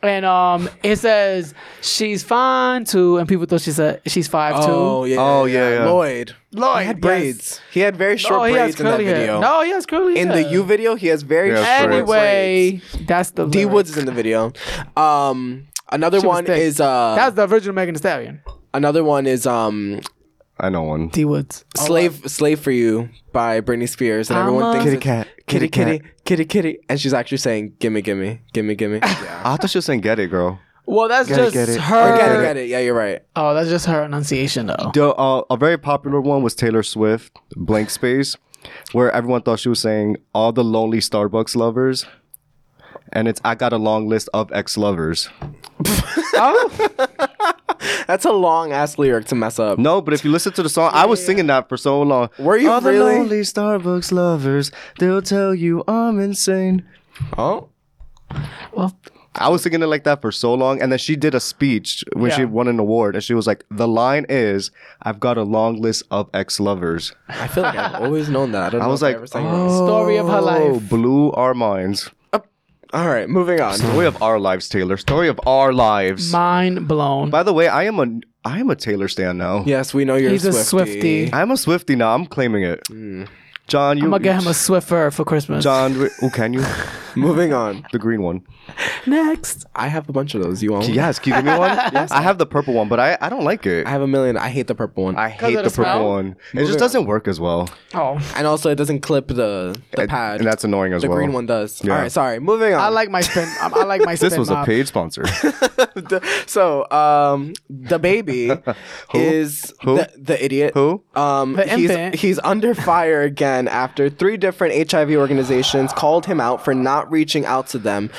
Speaker 1: And um, it says she's fine too, and people thought she said she's five too.
Speaker 2: Oh yeah. Oh yeah. Lloyd.
Speaker 1: Lloyd,
Speaker 2: He had
Speaker 1: yes.
Speaker 2: braids. He had very short
Speaker 1: No, Oh, he has
Speaker 2: braids in that
Speaker 1: curly hair.
Speaker 2: video.
Speaker 1: No, he has curly
Speaker 2: In
Speaker 1: hair.
Speaker 2: the U video, he has very
Speaker 1: Yeah,
Speaker 2: short
Speaker 1: short Anyway, that's the
Speaker 2: D Woods is in the video. Um, another
Speaker 1: She was
Speaker 2: one
Speaker 1: thick.
Speaker 2: is uh,
Speaker 1: That's the original Megan Thee Stallion.
Speaker 2: another one is um,
Speaker 3: I know one.
Speaker 1: D Woods.
Speaker 2: Slave Slave for You by Britney Spears and
Speaker 1: I'm
Speaker 2: everyone
Speaker 1: a-
Speaker 2: thinks
Speaker 3: Kitty
Speaker 2: it's-
Speaker 3: cat,
Speaker 2: kitty
Speaker 3: kitty
Speaker 2: kitty
Speaker 3: cat.
Speaker 2: kitty kitty and she's actually saying gimme gimme gimme gimme yeah.
Speaker 3: I thought she was saying "Get it, girl."
Speaker 1: Well, that's
Speaker 3: Gotta
Speaker 1: just
Speaker 3: get it.
Speaker 1: her.
Speaker 2: Get it, get it. Yeah, you're right.
Speaker 1: Oh, that's just her enunciation though.
Speaker 3: The, uh, a very popular one was Taylor Swift, "Blank Space," where everyone thought she was saying "All the lonely Starbucks lovers," and it's "I got a long list of ex-lovers."
Speaker 2: That's a long ass lyric to mess up.
Speaker 3: No, but if you listen to the song, I was singing that for so long.
Speaker 2: Were you
Speaker 3: All
Speaker 2: really?
Speaker 3: the lonely Starbucks lovers, they'll tell you I'm insane.
Speaker 2: Oh.
Speaker 1: Well,
Speaker 3: I was singing it like that for so long, and then she did a speech when she
Speaker 1: Yeah.
Speaker 3: won an award, and she was like, "The line is, I've got a long list of ex-lovers."
Speaker 2: I feel like I've always known that. I don't
Speaker 3: I
Speaker 2: know
Speaker 3: was
Speaker 2: if I
Speaker 3: like,
Speaker 2: ever sang it.
Speaker 3: oh,
Speaker 1: Story of her life.
Speaker 3: blew our minds."
Speaker 2: All right, moving on.
Speaker 3: Story of our lives, Taylor. Story of our lives.
Speaker 1: Mind blown.
Speaker 3: By the way, I am a I am a Taylor stan now.
Speaker 2: Yes, we know you're
Speaker 1: He's a Swiftie.
Speaker 3: I'm a Swifty now. I'm claiming it. John, you
Speaker 1: I'm gonna get him a Swiffer for Christmas.
Speaker 3: John, who can you?
Speaker 2: Moving on.
Speaker 3: The green one.
Speaker 1: Next.
Speaker 2: I have a bunch of those. You want? one?
Speaker 3: Yes, can you give me one? I have the purple one, but I, I don't like it.
Speaker 2: I have a million. I hate the purple one.
Speaker 3: I hate
Speaker 1: of
Speaker 3: the
Speaker 1: the
Speaker 3: purple
Speaker 1: smell?
Speaker 3: one. it just doesn't work as well.
Speaker 1: Oh,
Speaker 2: and also, it doesn't clip the the
Speaker 3: And-
Speaker 2: pad.
Speaker 3: and that's annoying as
Speaker 2: the
Speaker 3: well.
Speaker 2: green one does.
Speaker 3: Yeah.
Speaker 2: All right, sorry. Moving on.
Speaker 1: I like my spin. I, I like my spin.
Speaker 3: This was a
Speaker 1: mop.
Speaker 3: paid sponsor.
Speaker 2: so um the baby is
Speaker 3: Who?
Speaker 2: The, the idiot
Speaker 3: Who?
Speaker 2: um
Speaker 1: The
Speaker 2: he's,
Speaker 1: infant.
Speaker 2: he's under fire again after three different hiv organizations called him out for not reaching out to them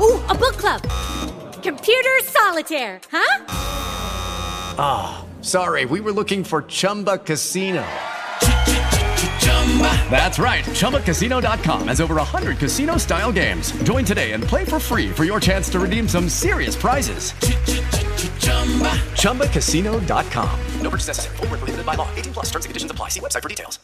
Speaker 6: Ooh, a book club. Computer solitaire, huh?
Speaker 7: Ah, sorry. We were looking for Chumba Casino. That's right. ChumbaCasino.com has over 100 casino-style games. Join today and play for free for your chance to redeem some serious prizes. ChumbaCasino.com.
Speaker 8: No purchase necessary. Void were prohibited by law. 18 plus terms and conditions apply. See website for details.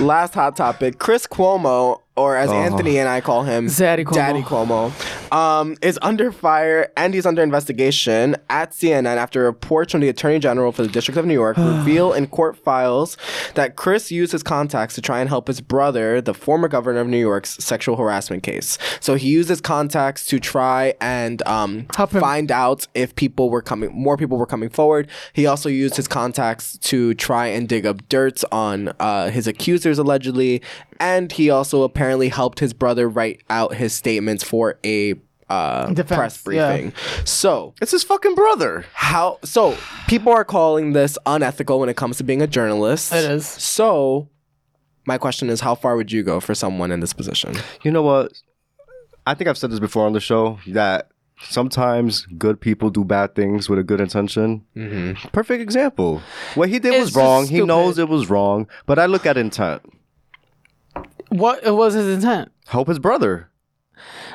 Speaker 2: Last hot topic: Chris Cuomo, or as
Speaker 3: Oh.
Speaker 2: Anthony and I call him, Daddy Cuomo. Daddy Cuomo, um, is under fire and he's under investigation at CNN after reports from the Attorney General for the District of New York reveal in court files that Chris used his contacts to try and help his brother, the former governor of New York's sexual harassment case. So he used his contacts to try and um, find out if people were coming, more people were coming forward. He also used his contacts to try and dig up dirt on uh, his accusers allegedly, and he also apparently helped his brother write out his statements for a uh,
Speaker 1: Defense,
Speaker 2: press
Speaker 1: yeah.
Speaker 2: briefing. So it's his fucking brother. How? So people are calling this unethical when it comes to being a journalist. It is. So my question is, how far would you go for someone in this position?
Speaker 3: You know what? I think I've said this before on the show that sometimes good people do bad things with a good intention. Mm-hmm. Perfect example. What he did
Speaker 1: It's
Speaker 3: was wrong.
Speaker 1: just
Speaker 3: He knows it was wrong, but I look at intent.
Speaker 1: What was his intent?
Speaker 3: Help his brother.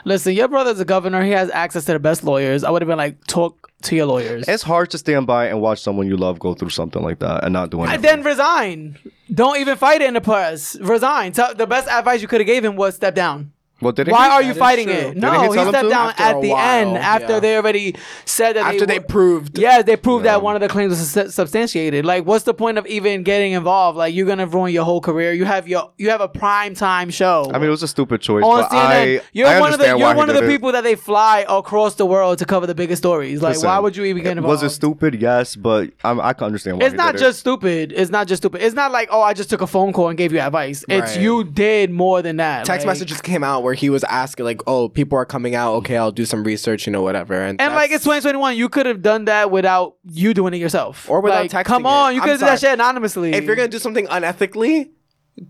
Speaker 1: Listen, your brother's a governor. He has access to the best lawyers. I would have been like, talk to your lawyers.
Speaker 3: It's hard to stand by and watch someone you love go through something like that and not do
Speaker 1: I
Speaker 3: anything.
Speaker 1: then resign. Don't even fight it in the press. Resign. So the best advice you could have gave him was step down.
Speaker 3: Well, didn't
Speaker 1: Why
Speaker 3: he?
Speaker 1: are
Speaker 3: That
Speaker 1: you
Speaker 3: is
Speaker 1: fighting
Speaker 3: true.
Speaker 1: it?
Speaker 3: Didn't
Speaker 1: No,
Speaker 3: he
Speaker 1: he,
Speaker 3: tell him
Speaker 1: stepped
Speaker 3: to?
Speaker 1: down
Speaker 3: After
Speaker 1: at
Speaker 3: a
Speaker 1: the
Speaker 3: while,
Speaker 1: end after
Speaker 3: yeah.
Speaker 1: they already said that.
Speaker 2: After they
Speaker 1: were-
Speaker 2: proved.
Speaker 1: Yeah, they proved that one of the claims was sus- substantiated. Like, what's the point of even getting involved? Like, you're gonna ruin your whole career. You have your you have a prime time show.
Speaker 3: I mean, it was a stupid choice.
Speaker 1: on
Speaker 3: but
Speaker 1: CNN.
Speaker 3: I,
Speaker 1: you're
Speaker 3: I
Speaker 1: one of the
Speaker 3: understand why
Speaker 1: you're
Speaker 3: he
Speaker 1: one of the
Speaker 3: did it.
Speaker 1: people that they fly across the world to cover the biggest stories. Like,
Speaker 3: Listen,
Speaker 1: why would you even get involved?
Speaker 3: Was it stupid? Yes, but I'm, I can understand why.
Speaker 1: It's
Speaker 3: he
Speaker 1: not
Speaker 3: did
Speaker 1: just stupid. It's not just stupid. It's not like oh, I just took a phone call and gave you advice. It's
Speaker 2: Right.
Speaker 1: you did more than that.
Speaker 2: Text
Speaker 1: like-
Speaker 2: messages came out where he was asking, like, "Oh, people are coming out. Okay, I'll do some research, you know, whatever." And,
Speaker 1: And like it's 2021, you could have done that without you doing it yourself
Speaker 2: Or without
Speaker 1: like,
Speaker 2: texting
Speaker 1: Come
Speaker 2: it.
Speaker 1: on, you
Speaker 2: I'm
Speaker 1: could have done that
Speaker 2: sorry.
Speaker 1: shit anonymously.
Speaker 2: If you're gonna do something unethically,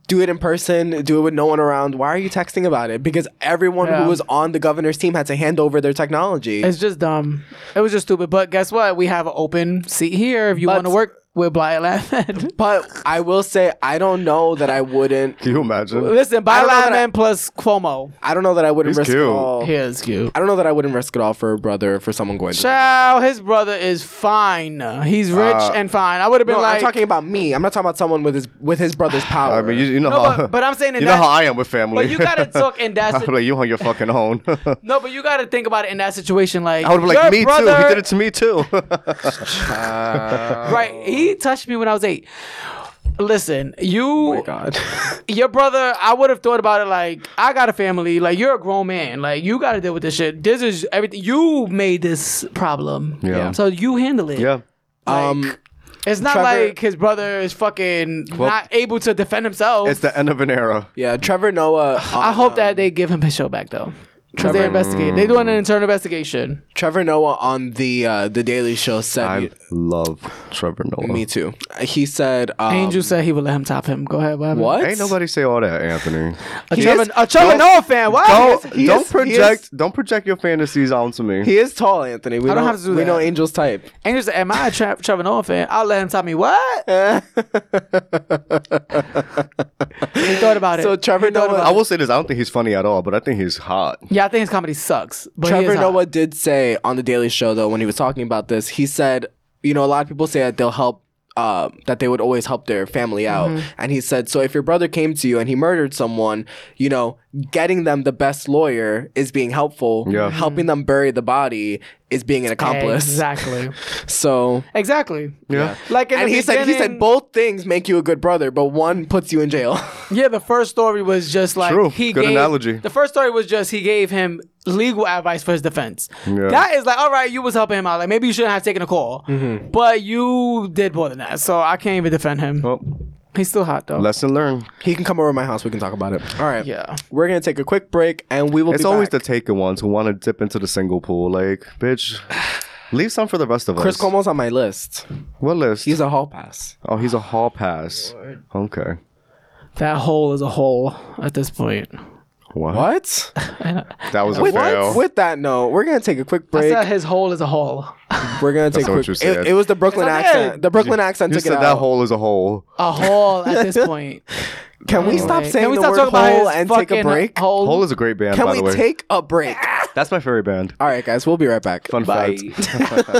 Speaker 2: do it in person. Do it with no one around. Why are you texting about it? Because everyone
Speaker 1: Yeah.
Speaker 2: who was on the governor's team had to hand over their technology.
Speaker 1: it's just dumb. It was just stupid. But guess what? We have an open seat here if you want to work with Blind Lab.
Speaker 2: but I will say, I don't know that I wouldn't.
Speaker 3: Can you imagine?
Speaker 1: Listen,
Speaker 2: I
Speaker 1: Blind
Speaker 2: don't know
Speaker 1: Lab
Speaker 2: that I-
Speaker 1: Man plus Cuomo.
Speaker 2: I don't know that I wouldn't
Speaker 1: He's
Speaker 2: risk
Speaker 1: cute.
Speaker 2: it all.
Speaker 1: He is cute.
Speaker 2: I don't know that I wouldn't risk it all for a brother or for someone going. to
Speaker 1: Chow, his brother is fine. He's rich
Speaker 2: Uh,
Speaker 1: and fine. I would have been
Speaker 2: No,
Speaker 1: like,
Speaker 2: I'm talking about me. I'm not talking about someone with his with his brother's power.
Speaker 3: I mean, you, you know
Speaker 1: No,
Speaker 3: how.
Speaker 1: but- but I'm saying in
Speaker 3: you
Speaker 1: that-
Speaker 3: know how I am with family.
Speaker 1: But you gotta talk in that
Speaker 3: I'm like you on your fucking own. I would
Speaker 1: No, but you got to think about it in that situation. Like,
Speaker 3: have been
Speaker 1: your
Speaker 3: like me too. He
Speaker 1: brother-
Speaker 3: did it to me too.
Speaker 1: Right. He touched me when I was eight. Listen, you. Oh my
Speaker 2: God.
Speaker 1: your brother, I would have thought about it like, I got a family. Like, you're a grown man. Like, you got to deal with this shit. This is everything. You made this problem.
Speaker 2: Yeah.
Speaker 1: So you handle it.
Speaker 3: Yeah.
Speaker 2: Um,
Speaker 1: It's not
Speaker 2: Trevor-
Speaker 1: like his brother is fucking
Speaker 2: Well-
Speaker 1: not able to defend himself.
Speaker 3: It's the end of an era.
Speaker 2: Yeah, Trevor Noah. uh,
Speaker 1: I hope that they give him his show back though, because
Speaker 2: Trevor-
Speaker 1: they investigate. They doing an internal investigation.
Speaker 2: Trevor Noah on the uh, the Daily Show said. I
Speaker 3: love Trevor Noah.
Speaker 2: Me too. He said. Um,
Speaker 1: Angel said he would let him top him. Go ahead, what? happened?
Speaker 2: What?
Speaker 3: Ain't nobody say all that, Anthony.
Speaker 1: A
Speaker 3: He
Speaker 1: Trevor,
Speaker 3: is-
Speaker 1: a Trevor
Speaker 3: don't-
Speaker 1: Noah fan. Why?
Speaker 3: Don't,
Speaker 2: He is-
Speaker 3: don't
Speaker 2: he
Speaker 3: project
Speaker 2: is-
Speaker 3: don't project your fantasies onto me.
Speaker 2: He is tall, Anthony. We
Speaker 1: I don't
Speaker 2: know-
Speaker 1: have to do
Speaker 2: We
Speaker 1: that.
Speaker 2: know Angel's type.
Speaker 1: Angel said, "Am I a tra- Trevor Noah fan? I'll let him top me." What? he thought about it.
Speaker 2: So Trevor
Speaker 1: He thought
Speaker 2: Noah-
Speaker 1: about
Speaker 3: I
Speaker 1: it.
Speaker 3: will say this: I don't think he's funny at all, but I think he's hot.
Speaker 1: Yeah, I think his comedy sucks. But he
Speaker 2: Trevor
Speaker 1: is hot.
Speaker 2: Noah did say on the Daily Show though when he was talking about this, he said, you know, a lot of people say that they'll help. Uh, that they would always help their family out.
Speaker 1: Mm-hmm.
Speaker 2: And he said, So if your brother came to you and he murdered someone, you know, getting them the best lawyer is being helpful.
Speaker 3: Yeah.
Speaker 2: Helping them bury the body is being an accomplice.
Speaker 1: Exactly.
Speaker 2: so
Speaker 1: exactly.
Speaker 3: Yeah.
Speaker 1: Like in
Speaker 2: and
Speaker 1: the
Speaker 2: he said he said
Speaker 1: beginning-
Speaker 2: both things make you a good brother, but one puts you in jail.
Speaker 1: Yeah, the first story was just like
Speaker 2: True.
Speaker 1: he
Speaker 2: Good
Speaker 1: gave,
Speaker 2: analogy.
Speaker 1: The first story was just he gave him legal advice for his defense.
Speaker 2: Yeah.
Speaker 1: That is like, all right, you was helping him out. Like maybe you shouldn't have taken a call,
Speaker 2: Mm-hmm.
Speaker 1: but you did more than that. So I can't even defend him. He's still hot though.
Speaker 3: Lesson learned.
Speaker 2: He can come over to my house. We can talk about it. All right.
Speaker 1: Yeah.
Speaker 2: We're gonna take a quick break and we will
Speaker 3: It's
Speaker 2: be
Speaker 3: always
Speaker 2: back.
Speaker 3: the taken ones who want to dip into the single pool. Like, bitch, leave some for the rest of
Speaker 2: Chris
Speaker 3: us.
Speaker 2: Cuomo's on my list.
Speaker 3: What list?
Speaker 2: He's a hall pass.
Speaker 3: Oh, he's a hall pass. Okay.
Speaker 1: That hole is a hole at this point.
Speaker 3: What?
Speaker 2: What?
Speaker 3: That was a
Speaker 2: With,
Speaker 3: fail.
Speaker 2: with that note, we're gonna take a quick
Speaker 1: I
Speaker 2: break.
Speaker 1: said his hole is a hole.
Speaker 2: We're gonna take
Speaker 3: That's
Speaker 2: a
Speaker 3: what
Speaker 2: quick.
Speaker 3: you
Speaker 2: It,
Speaker 3: said.
Speaker 2: it was the Brooklyn
Speaker 1: It's okay.
Speaker 2: accent. The Brooklyn accent
Speaker 3: you
Speaker 2: took it
Speaker 3: said that
Speaker 2: out.
Speaker 3: hole is a hole.
Speaker 1: A hole at this point.
Speaker 2: Can we
Speaker 1: Anyway,
Speaker 2: stop saying
Speaker 1: can we
Speaker 2: the
Speaker 1: stop
Speaker 2: word
Speaker 1: talking about
Speaker 2: hole
Speaker 1: his
Speaker 2: and take a
Speaker 1: fucking
Speaker 2: break?
Speaker 1: hole?
Speaker 3: Hole is a great band,
Speaker 2: Oh, Can
Speaker 3: by
Speaker 2: we
Speaker 3: the way.
Speaker 2: take a break?
Speaker 3: That's my favorite band.
Speaker 2: All right, guys, we'll be right back.
Speaker 3: Fun
Speaker 2: Bye.
Speaker 3: fact.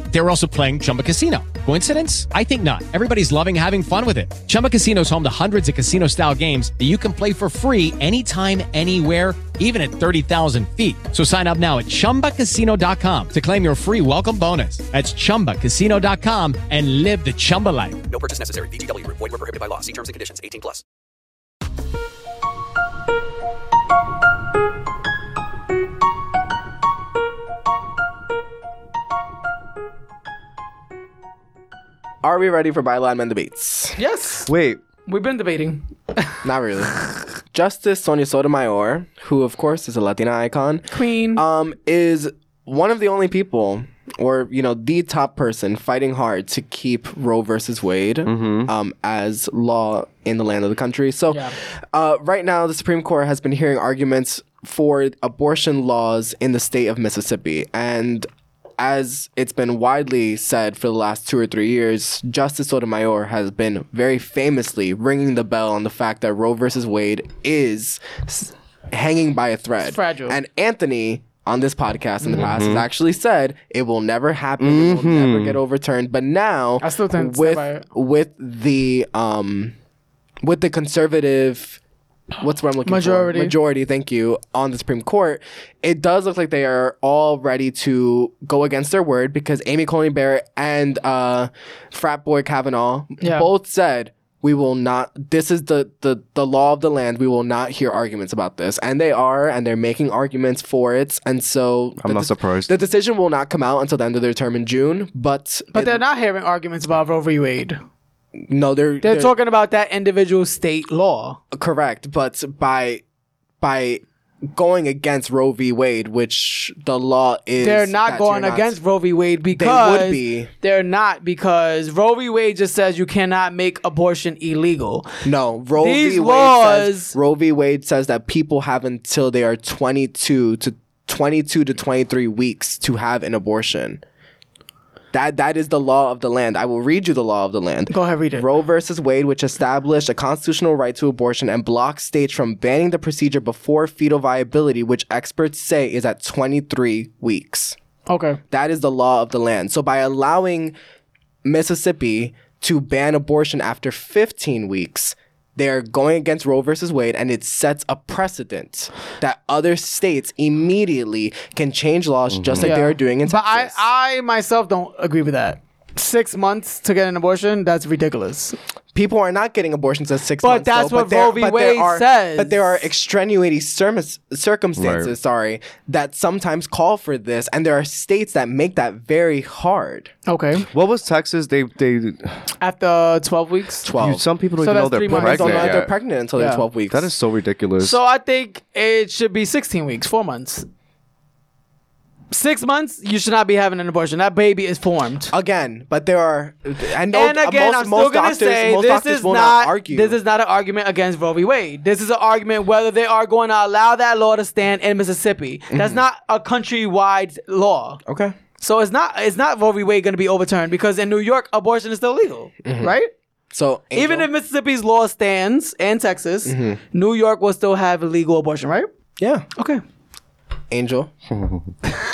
Speaker 9: They were also playing Chumba Casino. Coincidence? I think not. Everybody's loving having fun with it. Chumba Casino is home to hundreds of casino style games that you can play for free anytime, anywhere, even at 30,000 feet. So sign up now at chumbacasino.com to claim your free welcome bonus. That's chumbacasino.com and live the Chumba life.
Speaker 8: No purchase necessary. VGW Group. Void were prohibited by law. See terms and conditions. 18 plus.
Speaker 2: Are we ready for Byline Men Debates?
Speaker 1: Yes.
Speaker 3: Wait.
Speaker 1: We've been debating.
Speaker 2: Not really. Justice Sonia Sotomayor, who of course is a Latina icon,
Speaker 1: Queen,
Speaker 2: um, is one of the only people, or you know, the top person fighting hard to keep Roe versus Wade um, as law in the land of the country. So, uh, right now, the Supreme Court has been hearing arguments for abortion laws in the state of Mississippi, and as it's been widely said for the last two or three years, Justice Sotomayor has been very famously ringing the bell on the fact that Roe versus Wade is s- hanging by a thread.
Speaker 1: fragile.
Speaker 2: And Anthony on this podcast in the past has actually said it will never happen. It will never get overturned. But now, I
Speaker 1: still think- stand by
Speaker 2: with
Speaker 1: it.
Speaker 2: with the um with the conservative. What's what I'm looking
Speaker 1: Majority.
Speaker 2: for? Majority, thank you. On the Supreme Court, it does look like they are all ready to go against their word because Amy Coney Barrett and uh, frat boy Kavanaugh
Speaker 1: Yeah.
Speaker 2: both said we will not. This is the, the the law of the land. We will not hear arguments about this, and they are, and they're making arguments for it. And so
Speaker 3: I'm
Speaker 2: the
Speaker 3: not
Speaker 2: dec-
Speaker 3: surprised.
Speaker 2: The decision will not come out until the end of their term in June. But
Speaker 1: but they're not hearing arguments about Roe v. Wade.
Speaker 2: no, they're
Speaker 1: They're talking about that individual state law.
Speaker 2: Correct, but by by going against Roe v. Wade, which the law is,
Speaker 1: they're
Speaker 2: that
Speaker 1: not
Speaker 2: you're
Speaker 1: going against Roe v. Wade because
Speaker 2: would be.
Speaker 1: they're not because Roe v. Wade just says you cannot make abortion illegal.
Speaker 2: No, Roe
Speaker 1: These
Speaker 2: v. Wade
Speaker 1: laws-
Speaker 2: says Roe v. Wade says that people have until they are 22 to 22 to 23 weeks to have an abortion. That that is the law of the land. I will read you the law of the land.
Speaker 1: Go ahead, read it.
Speaker 2: Roe versus Wade, which established a constitutional right to abortion and blocks states from banning the procedure before fetal viability, which experts say is at 23 weeks.
Speaker 1: Okay.
Speaker 2: That is the law of the land. So by allowing Mississippi to ban abortion after 15 weeks, They're going against Roe versus Wade, and it sets a precedent that other states immediately can change laws just like they
Speaker 1: Yeah.
Speaker 2: are doing in
Speaker 1: But
Speaker 2: Texas.
Speaker 1: I, I myself don't agree with that. Six months to get an abortion, that's ridiculous.
Speaker 2: People are not getting abortions at six
Speaker 1: but
Speaker 2: months,
Speaker 1: That's
Speaker 2: though,
Speaker 1: what
Speaker 2: there-
Speaker 1: Roe v.
Speaker 2: but there
Speaker 1: Wade
Speaker 2: are-
Speaker 1: says.
Speaker 2: But there are extenuating circum- circumstances,
Speaker 1: Right.
Speaker 2: sorry, that sometimes call for this, and there are states that make that very hard.
Speaker 1: Okay.
Speaker 3: What was Texas? They they
Speaker 1: After 12 weeks?
Speaker 2: Oh.
Speaker 3: Dude, some people don't
Speaker 1: So
Speaker 3: even know
Speaker 1: that's
Speaker 3: they're
Speaker 1: three months.
Speaker 3: pregnant.
Speaker 1: Don't know if
Speaker 3: yet.
Speaker 1: they're pregnant until they're Yeah. 12
Speaker 2: weeks.
Speaker 3: That is so ridiculous.
Speaker 1: So I think it should be 16 weeks, four months. Six months, you should not be having an abortion. That baby is formed.
Speaker 2: Uh, Again, but there are. And,
Speaker 1: and again, I'm still gonna say this is
Speaker 2: will
Speaker 1: not
Speaker 2: argue.
Speaker 1: this is not an argument against Roe v. Wade. This is an argument whether they are going to allow that law to stand in Mississippi. That's
Speaker 2: Mhm.
Speaker 1: not a countrywide law.
Speaker 2: Okay.
Speaker 1: So it's not it's not Roe v. Wade going to be overturned because in New York abortion is still legal,
Speaker 2: Mhm.
Speaker 1: right?
Speaker 2: So
Speaker 1: even if Mississippi's law stands and Texas, New York will still have illegal abortion, right?
Speaker 2: Yeah.
Speaker 1: Okay.
Speaker 2: Angel, do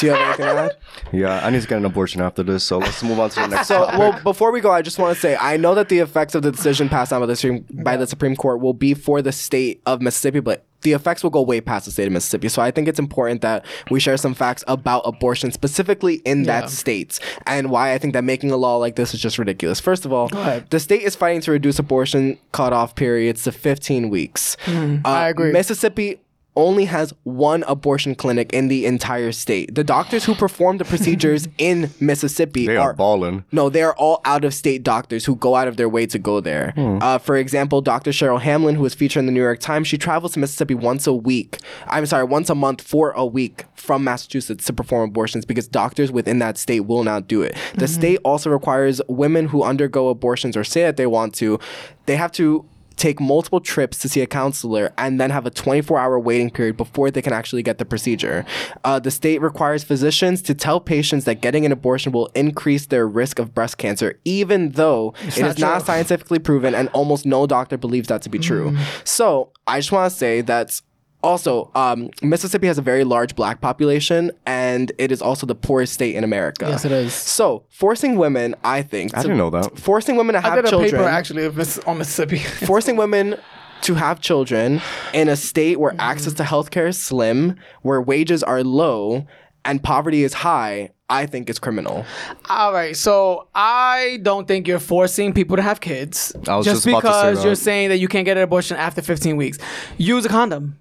Speaker 2: you have anything to add?
Speaker 3: yeah, I need to get an abortion after this. So let's move on to the next.
Speaker 2: so
Speaker 3: topic.
Speaker 2: well before we go i just want to say i know that the effects of the decision passed on by the supreme by the supreme court will be for the state of mississippi but the effects will go way past the state of mississippi so i think it's important that we share some facts about abortion specifically in
Speaker 1: Yeah.
Speaker 2: that state and why i think that making a law like this is just ridiculous first of all
Speaker 1: Go ahead.
Speaker 2: the state is fighting to reduce abortion cutoff periods to 15 weeks
Speaker 1: Mhm.
Speaker 2: I agree. Mississippi only has one abortion clinic in the entire state. The doctors who perform the procedures in Mississippi
Speaker 3: They are balling.
Speaker 2: no, they are all out of state doctors who go out of their way to go there.
Speaker 3: Hmm.
Speaker 2: Uh, for example, Dr. Cheryl Hamlin, who was featured in the New York Times, she travels to Mississippi once a week. I'm sorry, once a month for a week from Massachusetts to perform abortions because doctors within that state will not do it. The state also requires women who undergo abortions or say that they want to, they have to take multiple trips to see a counselor and then have a 24 hour waiting period before they can actually get the procedure. Uh, the state requires physicians to tell patients that getting an abortion will increase their risk of breast cancer, even though
Speaker 10: It's
Speaker 2: it
Speaker 10: not
Speaker 2: is not
Speaker 10: true.
Speaker 2: scientifically proven and almost no doctor believes that to be true.
Speaker 1: Mm.
Speaker 2: So I just want to say that. Also, um, Mississippi has a very large black population, and it is also the poorest state in America.
Speaker 1: Yes, it is.
Speaker 2: So, forcing women, I think,
Speaker 3: I
Speaker 2: to-
Speaker 3: didn't know that.
Speaker 2: Forcing women to have
Speaker 1: I did a
Speaker 2: children
Speaker 1: paper actually of Miss- on Mississippi.
Speaker 2: forcing women to have children in a state
Speaker 1: Mm-hmm.
Speaker 2: where access to healthcare is slim, where wages are low, and poverty is high, I think is criminal.
Speaker 1: All right, so I don't think you're forcing people to have kids
Speaker 2: I was
Speaker 1: just,
Speaker 2: just about to say
Speaker 1: because
Speaker 2: that.
Speaker 1: you're saying that you can't get an abortion after 15 weeks. Use a condom.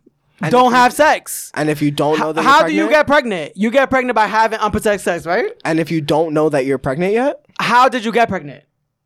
Speaker 1: don't have sex.
Speaker 2: And if you don't know that,
Speaker 1: How
Speaker 2: you're
Speaker 1: do you
Speaker 2: pregnant-
Speaker 1: get pregnant? You get pregnant by having unprotected sex, right?
Speaker 2: And if you don't know that you're pregnant yet,
Speaker 1: how did you get pregnant?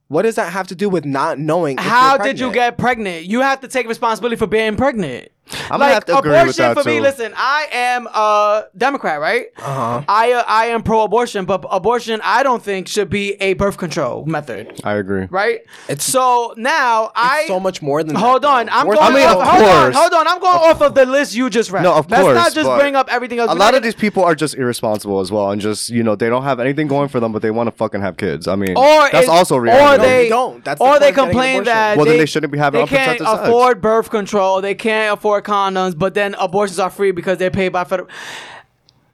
Speaker 2: What does that have to do with not knowing? if
Speaker 1: How
Speaker 2: you're
Speaker 1: did you
Speaker 2: pregnant?
Speaker 1: get pregnant? You have to take responsibility for being pregnant.
Speaker 2: I'm gonna have to agree with
Speaker 1: abortion
Speaker 2: that,
Speaker 1: for me.
Speaker 2: too.
Speaker 1: Listen, I am a Democrat, right?
Speaker 2: Uh-huh.
Speaker 1: I uh, I am pro-abortion, but abortion I don't think should be a birth control method.
Speaker 3: I agree.
Speaker 1: right? so now I
Speaker 2: so much more than.
Speaker 1: Hold on, I'm
Speaker 2: We're-
Speaker 1: going.
Speaker 3: I mean,
Speaker 1: off,
Speaker 3: of
Speaker 1: hold on,
Speaker 3: course.
Speaker 1: hold on. I'm going off of the list you just read.
Speaker 3: No, of
Speaker 1: Let's
Speaker 3: course.
Speaker 1: not just
Speaker 3: but
Speaker 1: bring up everything else.
Speaker 3: A
Speaker 1: We're
Speaker 3: lot
Speaker 1: not
Speaker 3: of these people are just irresponsible as well, and just you know they don't have anything going for them, but they want to fucking have kids. I mean,
Speaker 1: or
Speaker 3: that's
Speaker 1: it-
Speaker 3: also
Speaker 1: Or
Speaker 3: reality.
Speaker 1: they
Speaker 2: don't. That's the
Speaker 1: or
Speaker 2: point
Speaker 1: they
Speaker 2: of getting an
Speaker 1: complain
Speaker 2: abortion.
Speaker 1: that
Speaker 3: Well, then they shouldn't be having
Speaker 1: they can't
Speaker 3: unprotected sex.
Speaker 1: afford birth control. They can't afford condoms, but then abortions are free because they're paid by federal.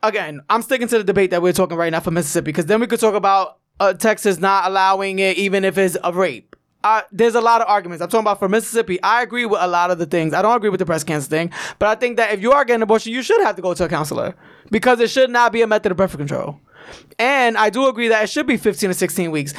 Speaker 1: Again, I'm sticking to the debate that we're talking right now for Mississippi because then we could talk about uh, Texas not allowing it even if it's a rape. Uh, there's a lot of arguments. I'm talking about for Mississippi. I agree with a lot of the things. I don't agree with the breast cancer thing, but I think that if you are getting an abortion, you should have to go to a counselor because it should not be a method of birth control. And I do agree that it should be 15 to 16 weeks.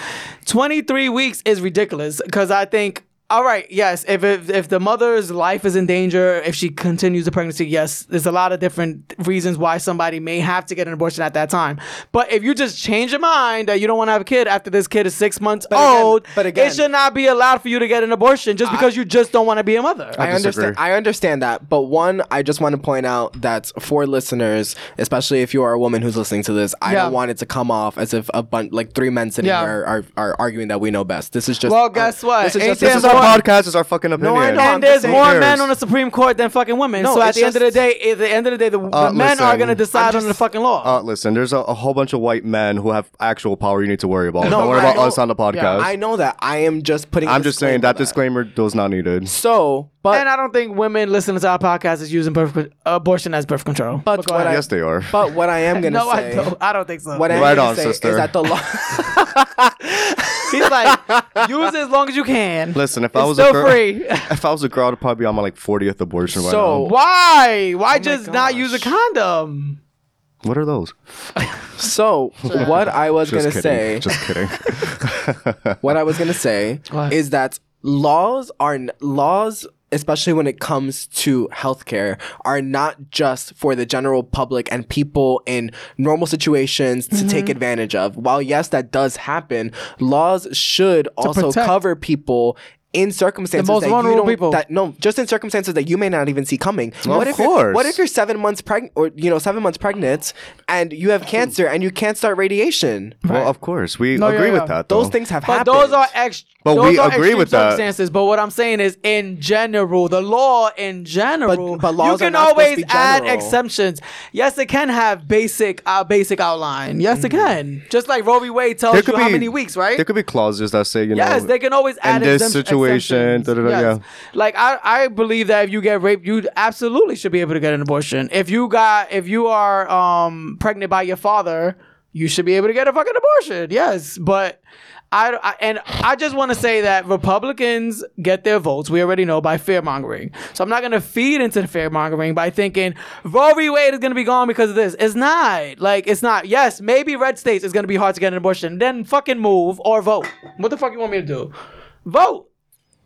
Speaker 1: 23 weeks is ridiculous because I think, all right, yes, if, if if the mother's life is in danger, if she continues the pregnancy, yes, there's a lot of different reasons why somebody may have to get an abortion at that time. But if you just change your mind that you don't want to have a kid after this kid is six months old, but
Speaker 2: again-
Speaker 1: it should not be allowed for you to get an abortion just because you just don't want to be a mother.
Speaker 2: I, understand. I understand that, but one, I just want to point out that for listeners, especially if you are a woman who's listening to this, I
Speaker 1: Yeah.
Speaker 2: don't want it to come off as if a bunch like three men sitting
Speaker 1: Yeah.
Speaker 2: here are, are arguing that we know best. This is just
Speaker 1: well, guess what?
Speaker 2: This is,
Speaker 1: Ain't
Speaker 2: just,
Speaker 1: there
Speaker 2: this is
Speaker 1: more-
Speaker 2: our podcast.
Speaker 3: It's our fucking opinion.
Speaker 2: I know, I'm
Speaker 1: And there's
Speaker 2: just
Speaker 1: more
Speaker 2: saying-
Speaker 1: men on the Supreme Court than fucking women.
Speaker 2: No,
Speaker 1: so at
Speaker 2: it's
Speaker 1: the end of the day, at the end of the day, the,
Speaker 3: Uh,
Speaker 1: the men are
Speaker 3: listen,
Speaker 1: gonna decide
Speaker 3: I'm
Speaker 1: on the fucking law.
Speaker 3: Uh, listen, there's a, a whole bunch of white men who have actual power you need to worry about.
Speaker 2: No,
Speaker 3: don't worry
Speaker 2: I
Speaker 3: about
Speaker 2: know-
Speaker 3: us on the podcast.
Speaker 2: I know that. I am just putting.
Speaker 3: I'm just saying that disclaimer was not needed.
Speaker 2: So, But
Speaker 1: and I don't think women listening to our podcast is using birth con- abortion as birth control.
Speaker 2: But
Speaker 1: go
Speaker 2: what
Speaker 3: Uh,
Speaker 1: ahead.
Speaker 2: I- Yes, they are. but what I am gonna
Speaker 1: no,
Speaker 2: say-
Speaker 1: I don't. I don't think so.
Speaker 2: What I'm Right gonna on, say is sister. that the law.
Speaker 1: He's like, use it as long as you can.
Speaker 3: Listen, if I
Speaker 1: It's
Speaker 3: was
Speaker 1: still
Speaker 3: a girl,
Speaker 1: free.
Speaker 3: if I was a girl, I'd probably be on my like 40th abortion right
Speaker 1: So
Speaker 3: now.
Speaker 1: why? Why just not use a condom?
Speaker 3: What are those?
Speaker 2: So what I was
Speaker 3: Just
Speaker 2: gonna
Speaker 3: kidding.
Speaker 2: say,
Speaker 3: Just kidding.
Speaker 2: what I was gonna say is that laws are n- laws, especially when it comes to healthcare, are not just for the general public and people in normal situations to
Speaker 1: Mm-hmm.
Speaker 2: take advantage of. While yes, that does happen, laws should also
Speaker 1: protect.
Speaker 2: cover people. In circumstances
Speaker 1: most
Speaker 2: that you
Speaker 1: vulnerable
Speaker 2: don't,
Speaker 1: people.
Speaker 2: that no, just in circumstances that you may not even see coming.
Speaker 1: Well,
Speaker 2: what
Speaker 1: of
Speaker 2: if you're-
Speaker 1: course.
Speaker 2: What if you're seven months pregnant, or you know, seven months pregnant, and you have cancer and you can't start radiation?
Speaker 3: Well, of course, we
Speaker 2: No, yeah,
Speaker 3: agree
Speaker 2: yeah.
Speaker 3: with that. Though.
Speaker 2: Those things have
Speaker 1: But
Speaker 2: happened.
Speaker 1: those are extra.
Speaker 3: But
Speaker 1: those
Speaker 3: we
Speaker 1: are
Speaker 3: agree
Speaker 1: extreme
Speaker 3: with that.
Speaker 1: Circumstances, but what I'm saying is, in general, the law in general,
Speaker 2: but laws are
Speaker 1: you can
Speaker 2: not supposed to
Speaker 1: always
Speaker 2: be
Speaker 1: add
Speaker 2: general.
Speaker 1: exemptions. Yes, it can have basic, uh, basic outline. Yes, it can. Just like Roe v. Wade tells
Speaker 3: There
Speaker 1: you
Speaker 3: could
Speaker 1: how
Speaker 3: be-
Speaker 1: many weeks, right?
Speaker 3: There could be clauses that say, you know,
Speaker 1: yes, they can always add
Speaker 3: in this
Speaker 1: exempt-
Speaker 3: situation.
Speaker 1: exemptions.
Speaker 3: Da, da, da,
Speaker 1: Yes. Like I, I believe that if you get raped, you absolutely should be able to get an abortion. If you got, if you are um pregnant by your father, you should be able to get a fucking abortion. Yes, but. I, I- and I just want to say that Republicans get their votes. We already know by fear mongering. So I'm not gonna feed into the fear mongering by thinking Roe v. Wade is gonna be gone because of this. It's not. Like it's not. Yes, maybe red states is gonna be hard to get an abortion. Then fucking move or vote. What the fuck you want me to do? Vote.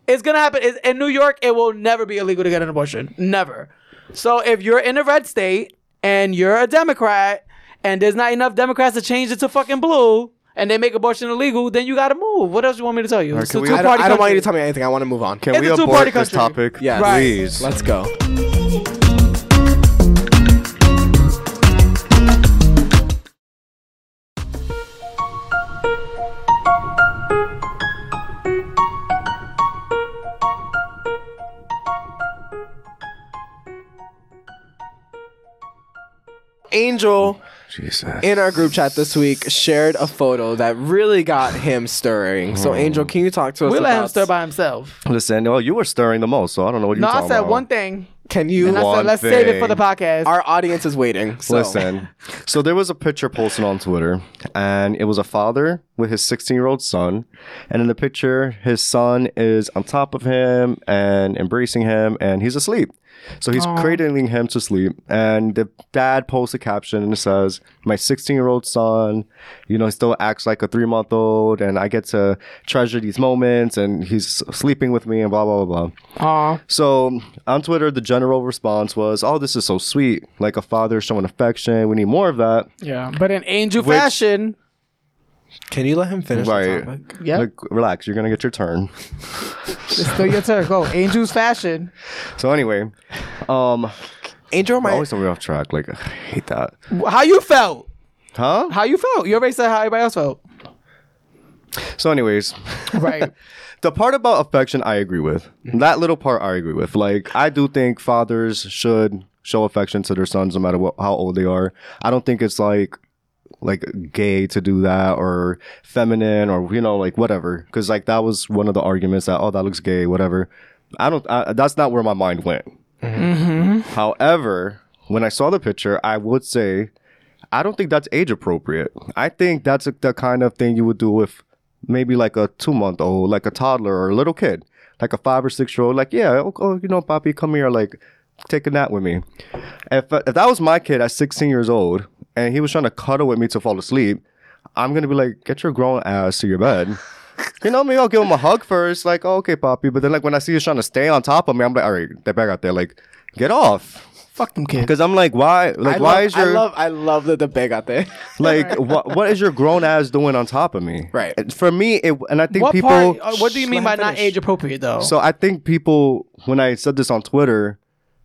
Speaker 1: It's gonna happen. It's, in New York, it will never be illegal to get an abortion. Never. So if you're in a red state and you're a Democrat and there's not enough Democrats to change it to fucking blue and they make abortion illegal, then you gotta move. What else you want me to tell you?
Speaker 2: Or
Speaker 1: It's
Speaker 2: can
Speaker 1: a
Speaker 2: we- I,
Speaker 1: two-party
Speaker 2: don't, I don't want you to
Speaker 1: country.
Speaker 2: tell me anything. I want to move on.
Speaker 3: Can
Speaker 1: It's
Speaker 3: we
Speaker 1: a
Speaker 3: abort
Speaker 1: two-party
Speaker 3: this
Speaker 1: country.
Speaker 3: topic?
Speaker 2: Yes.
Speaker 1: Right.
Speaker 3: Please.
Speaker 2: Let's go. Angel in our group chat this week shared a photo that really got him stirring. So, Angel, can you talk to us?
Speaker 1: We let him
Speaker 2: about-
Speaker 1: stir by himself.
Speaker 3: Listen, well, you were stirring the most, so I don't know what
Speaker 1: No, I
Speaker 3: you're talking
Speaker 1: said
Speaker 3: about.
Speaker 1: one thing.
Speaker 2: Can you?
Speaker 1: And I said
Speaker 3: One
Speaker 1: let's save it for
Speaker 3: thing.
Speaker 1: the podcast.
Speaker 2: Our audience is waiting. So.
Speaker 3: Listen, so there was a picture posted on Twitter, and it was a father with his 16 year old son. And in the picture, his son is on top of him and embracing him, and he's asleep. So he's cradling him to sleep. And the dad posts a caption and it says, My 16 year old son, you know, still acts like a three month old, and I get to treasure these moments, and he's sleeping with me, and blah, blah, blah, blah. So on Twitter, the general response was, "Oh, this is so sweet. Like a father showing affection. We need more of that."
Speaker 1: yeah, but in angel
Speaker 3: Which-
Speaker 1: fashion,
Speaker 2: Can you let him finish? the
Speaker 3: Right.
Speaker 2: topic?
Speaker 1: Yeah.
Speaker 3: Like, relax. You're gonna get your turn.
Speaker 1: it's still your turn. Go, angel's fashion.
Speaker 3: So anyway, um,
Speaker 2: Angel,
Speaker 3: I'm
Speaker 2: my
Speaker 3: always on off track. Like I hate that.
Speaker 1: How you felt?
Speaker 3: Huh?
Speaker 1: How you felt? You already said how everybody else felt.
Speaker 3: So anyways,
Speaker 1: Right.
Speaker 3: the part about affection, I agree with. That little part, I agree with. Like I do think fathers should show affection to their sons, no matter what, how old they are. I don't think it's like like gay to do that or feminine or you know like whatever because like that was one of the arguments that oh that looks gay whatever i don't I, that's not where my mind went however when i saw the picture i would say i don't think that's age appropriate i think that's the kind of thing you would do with maybe like a two month old like a toddler or a little kid like a five or six year old like yeah oh, oh, you know papi come here like take a nap with me if, uh, if that was my kid at 16 years old and he was trying to cuddle with me to fall asleep, I'm gonna be like, get your grown ass to your bed. You know, maybe I'll give him a hug first, like, oh, okay, Poppy. But then, like, when I see you trying to stay on top of me, I'm like, all right, get back out there, like, get off.
Speaker 1: Fuck them kids.
Speaker 3: Because I'm like, why? Like,
Speaker 2: I
Speaker 3: why
Speaker 2: love,
Speaker 3: is your
Speaker 2: I love. I love that the bag got there.
Speaker 3: like, what what is your grown ass doing on top of me?
Speaker 2: Right.
Speaker 3: And For me, it and I think
Speaker 1: What
Speaker 3: people.
Speaker 1: part? uh, What do you mean by
Speaker 2: let him
Speaker 1: not
Speaker 2: finish.
Speaker 1: age appropriate though?
Speaker 3: So I think people, when I said this on Twitter,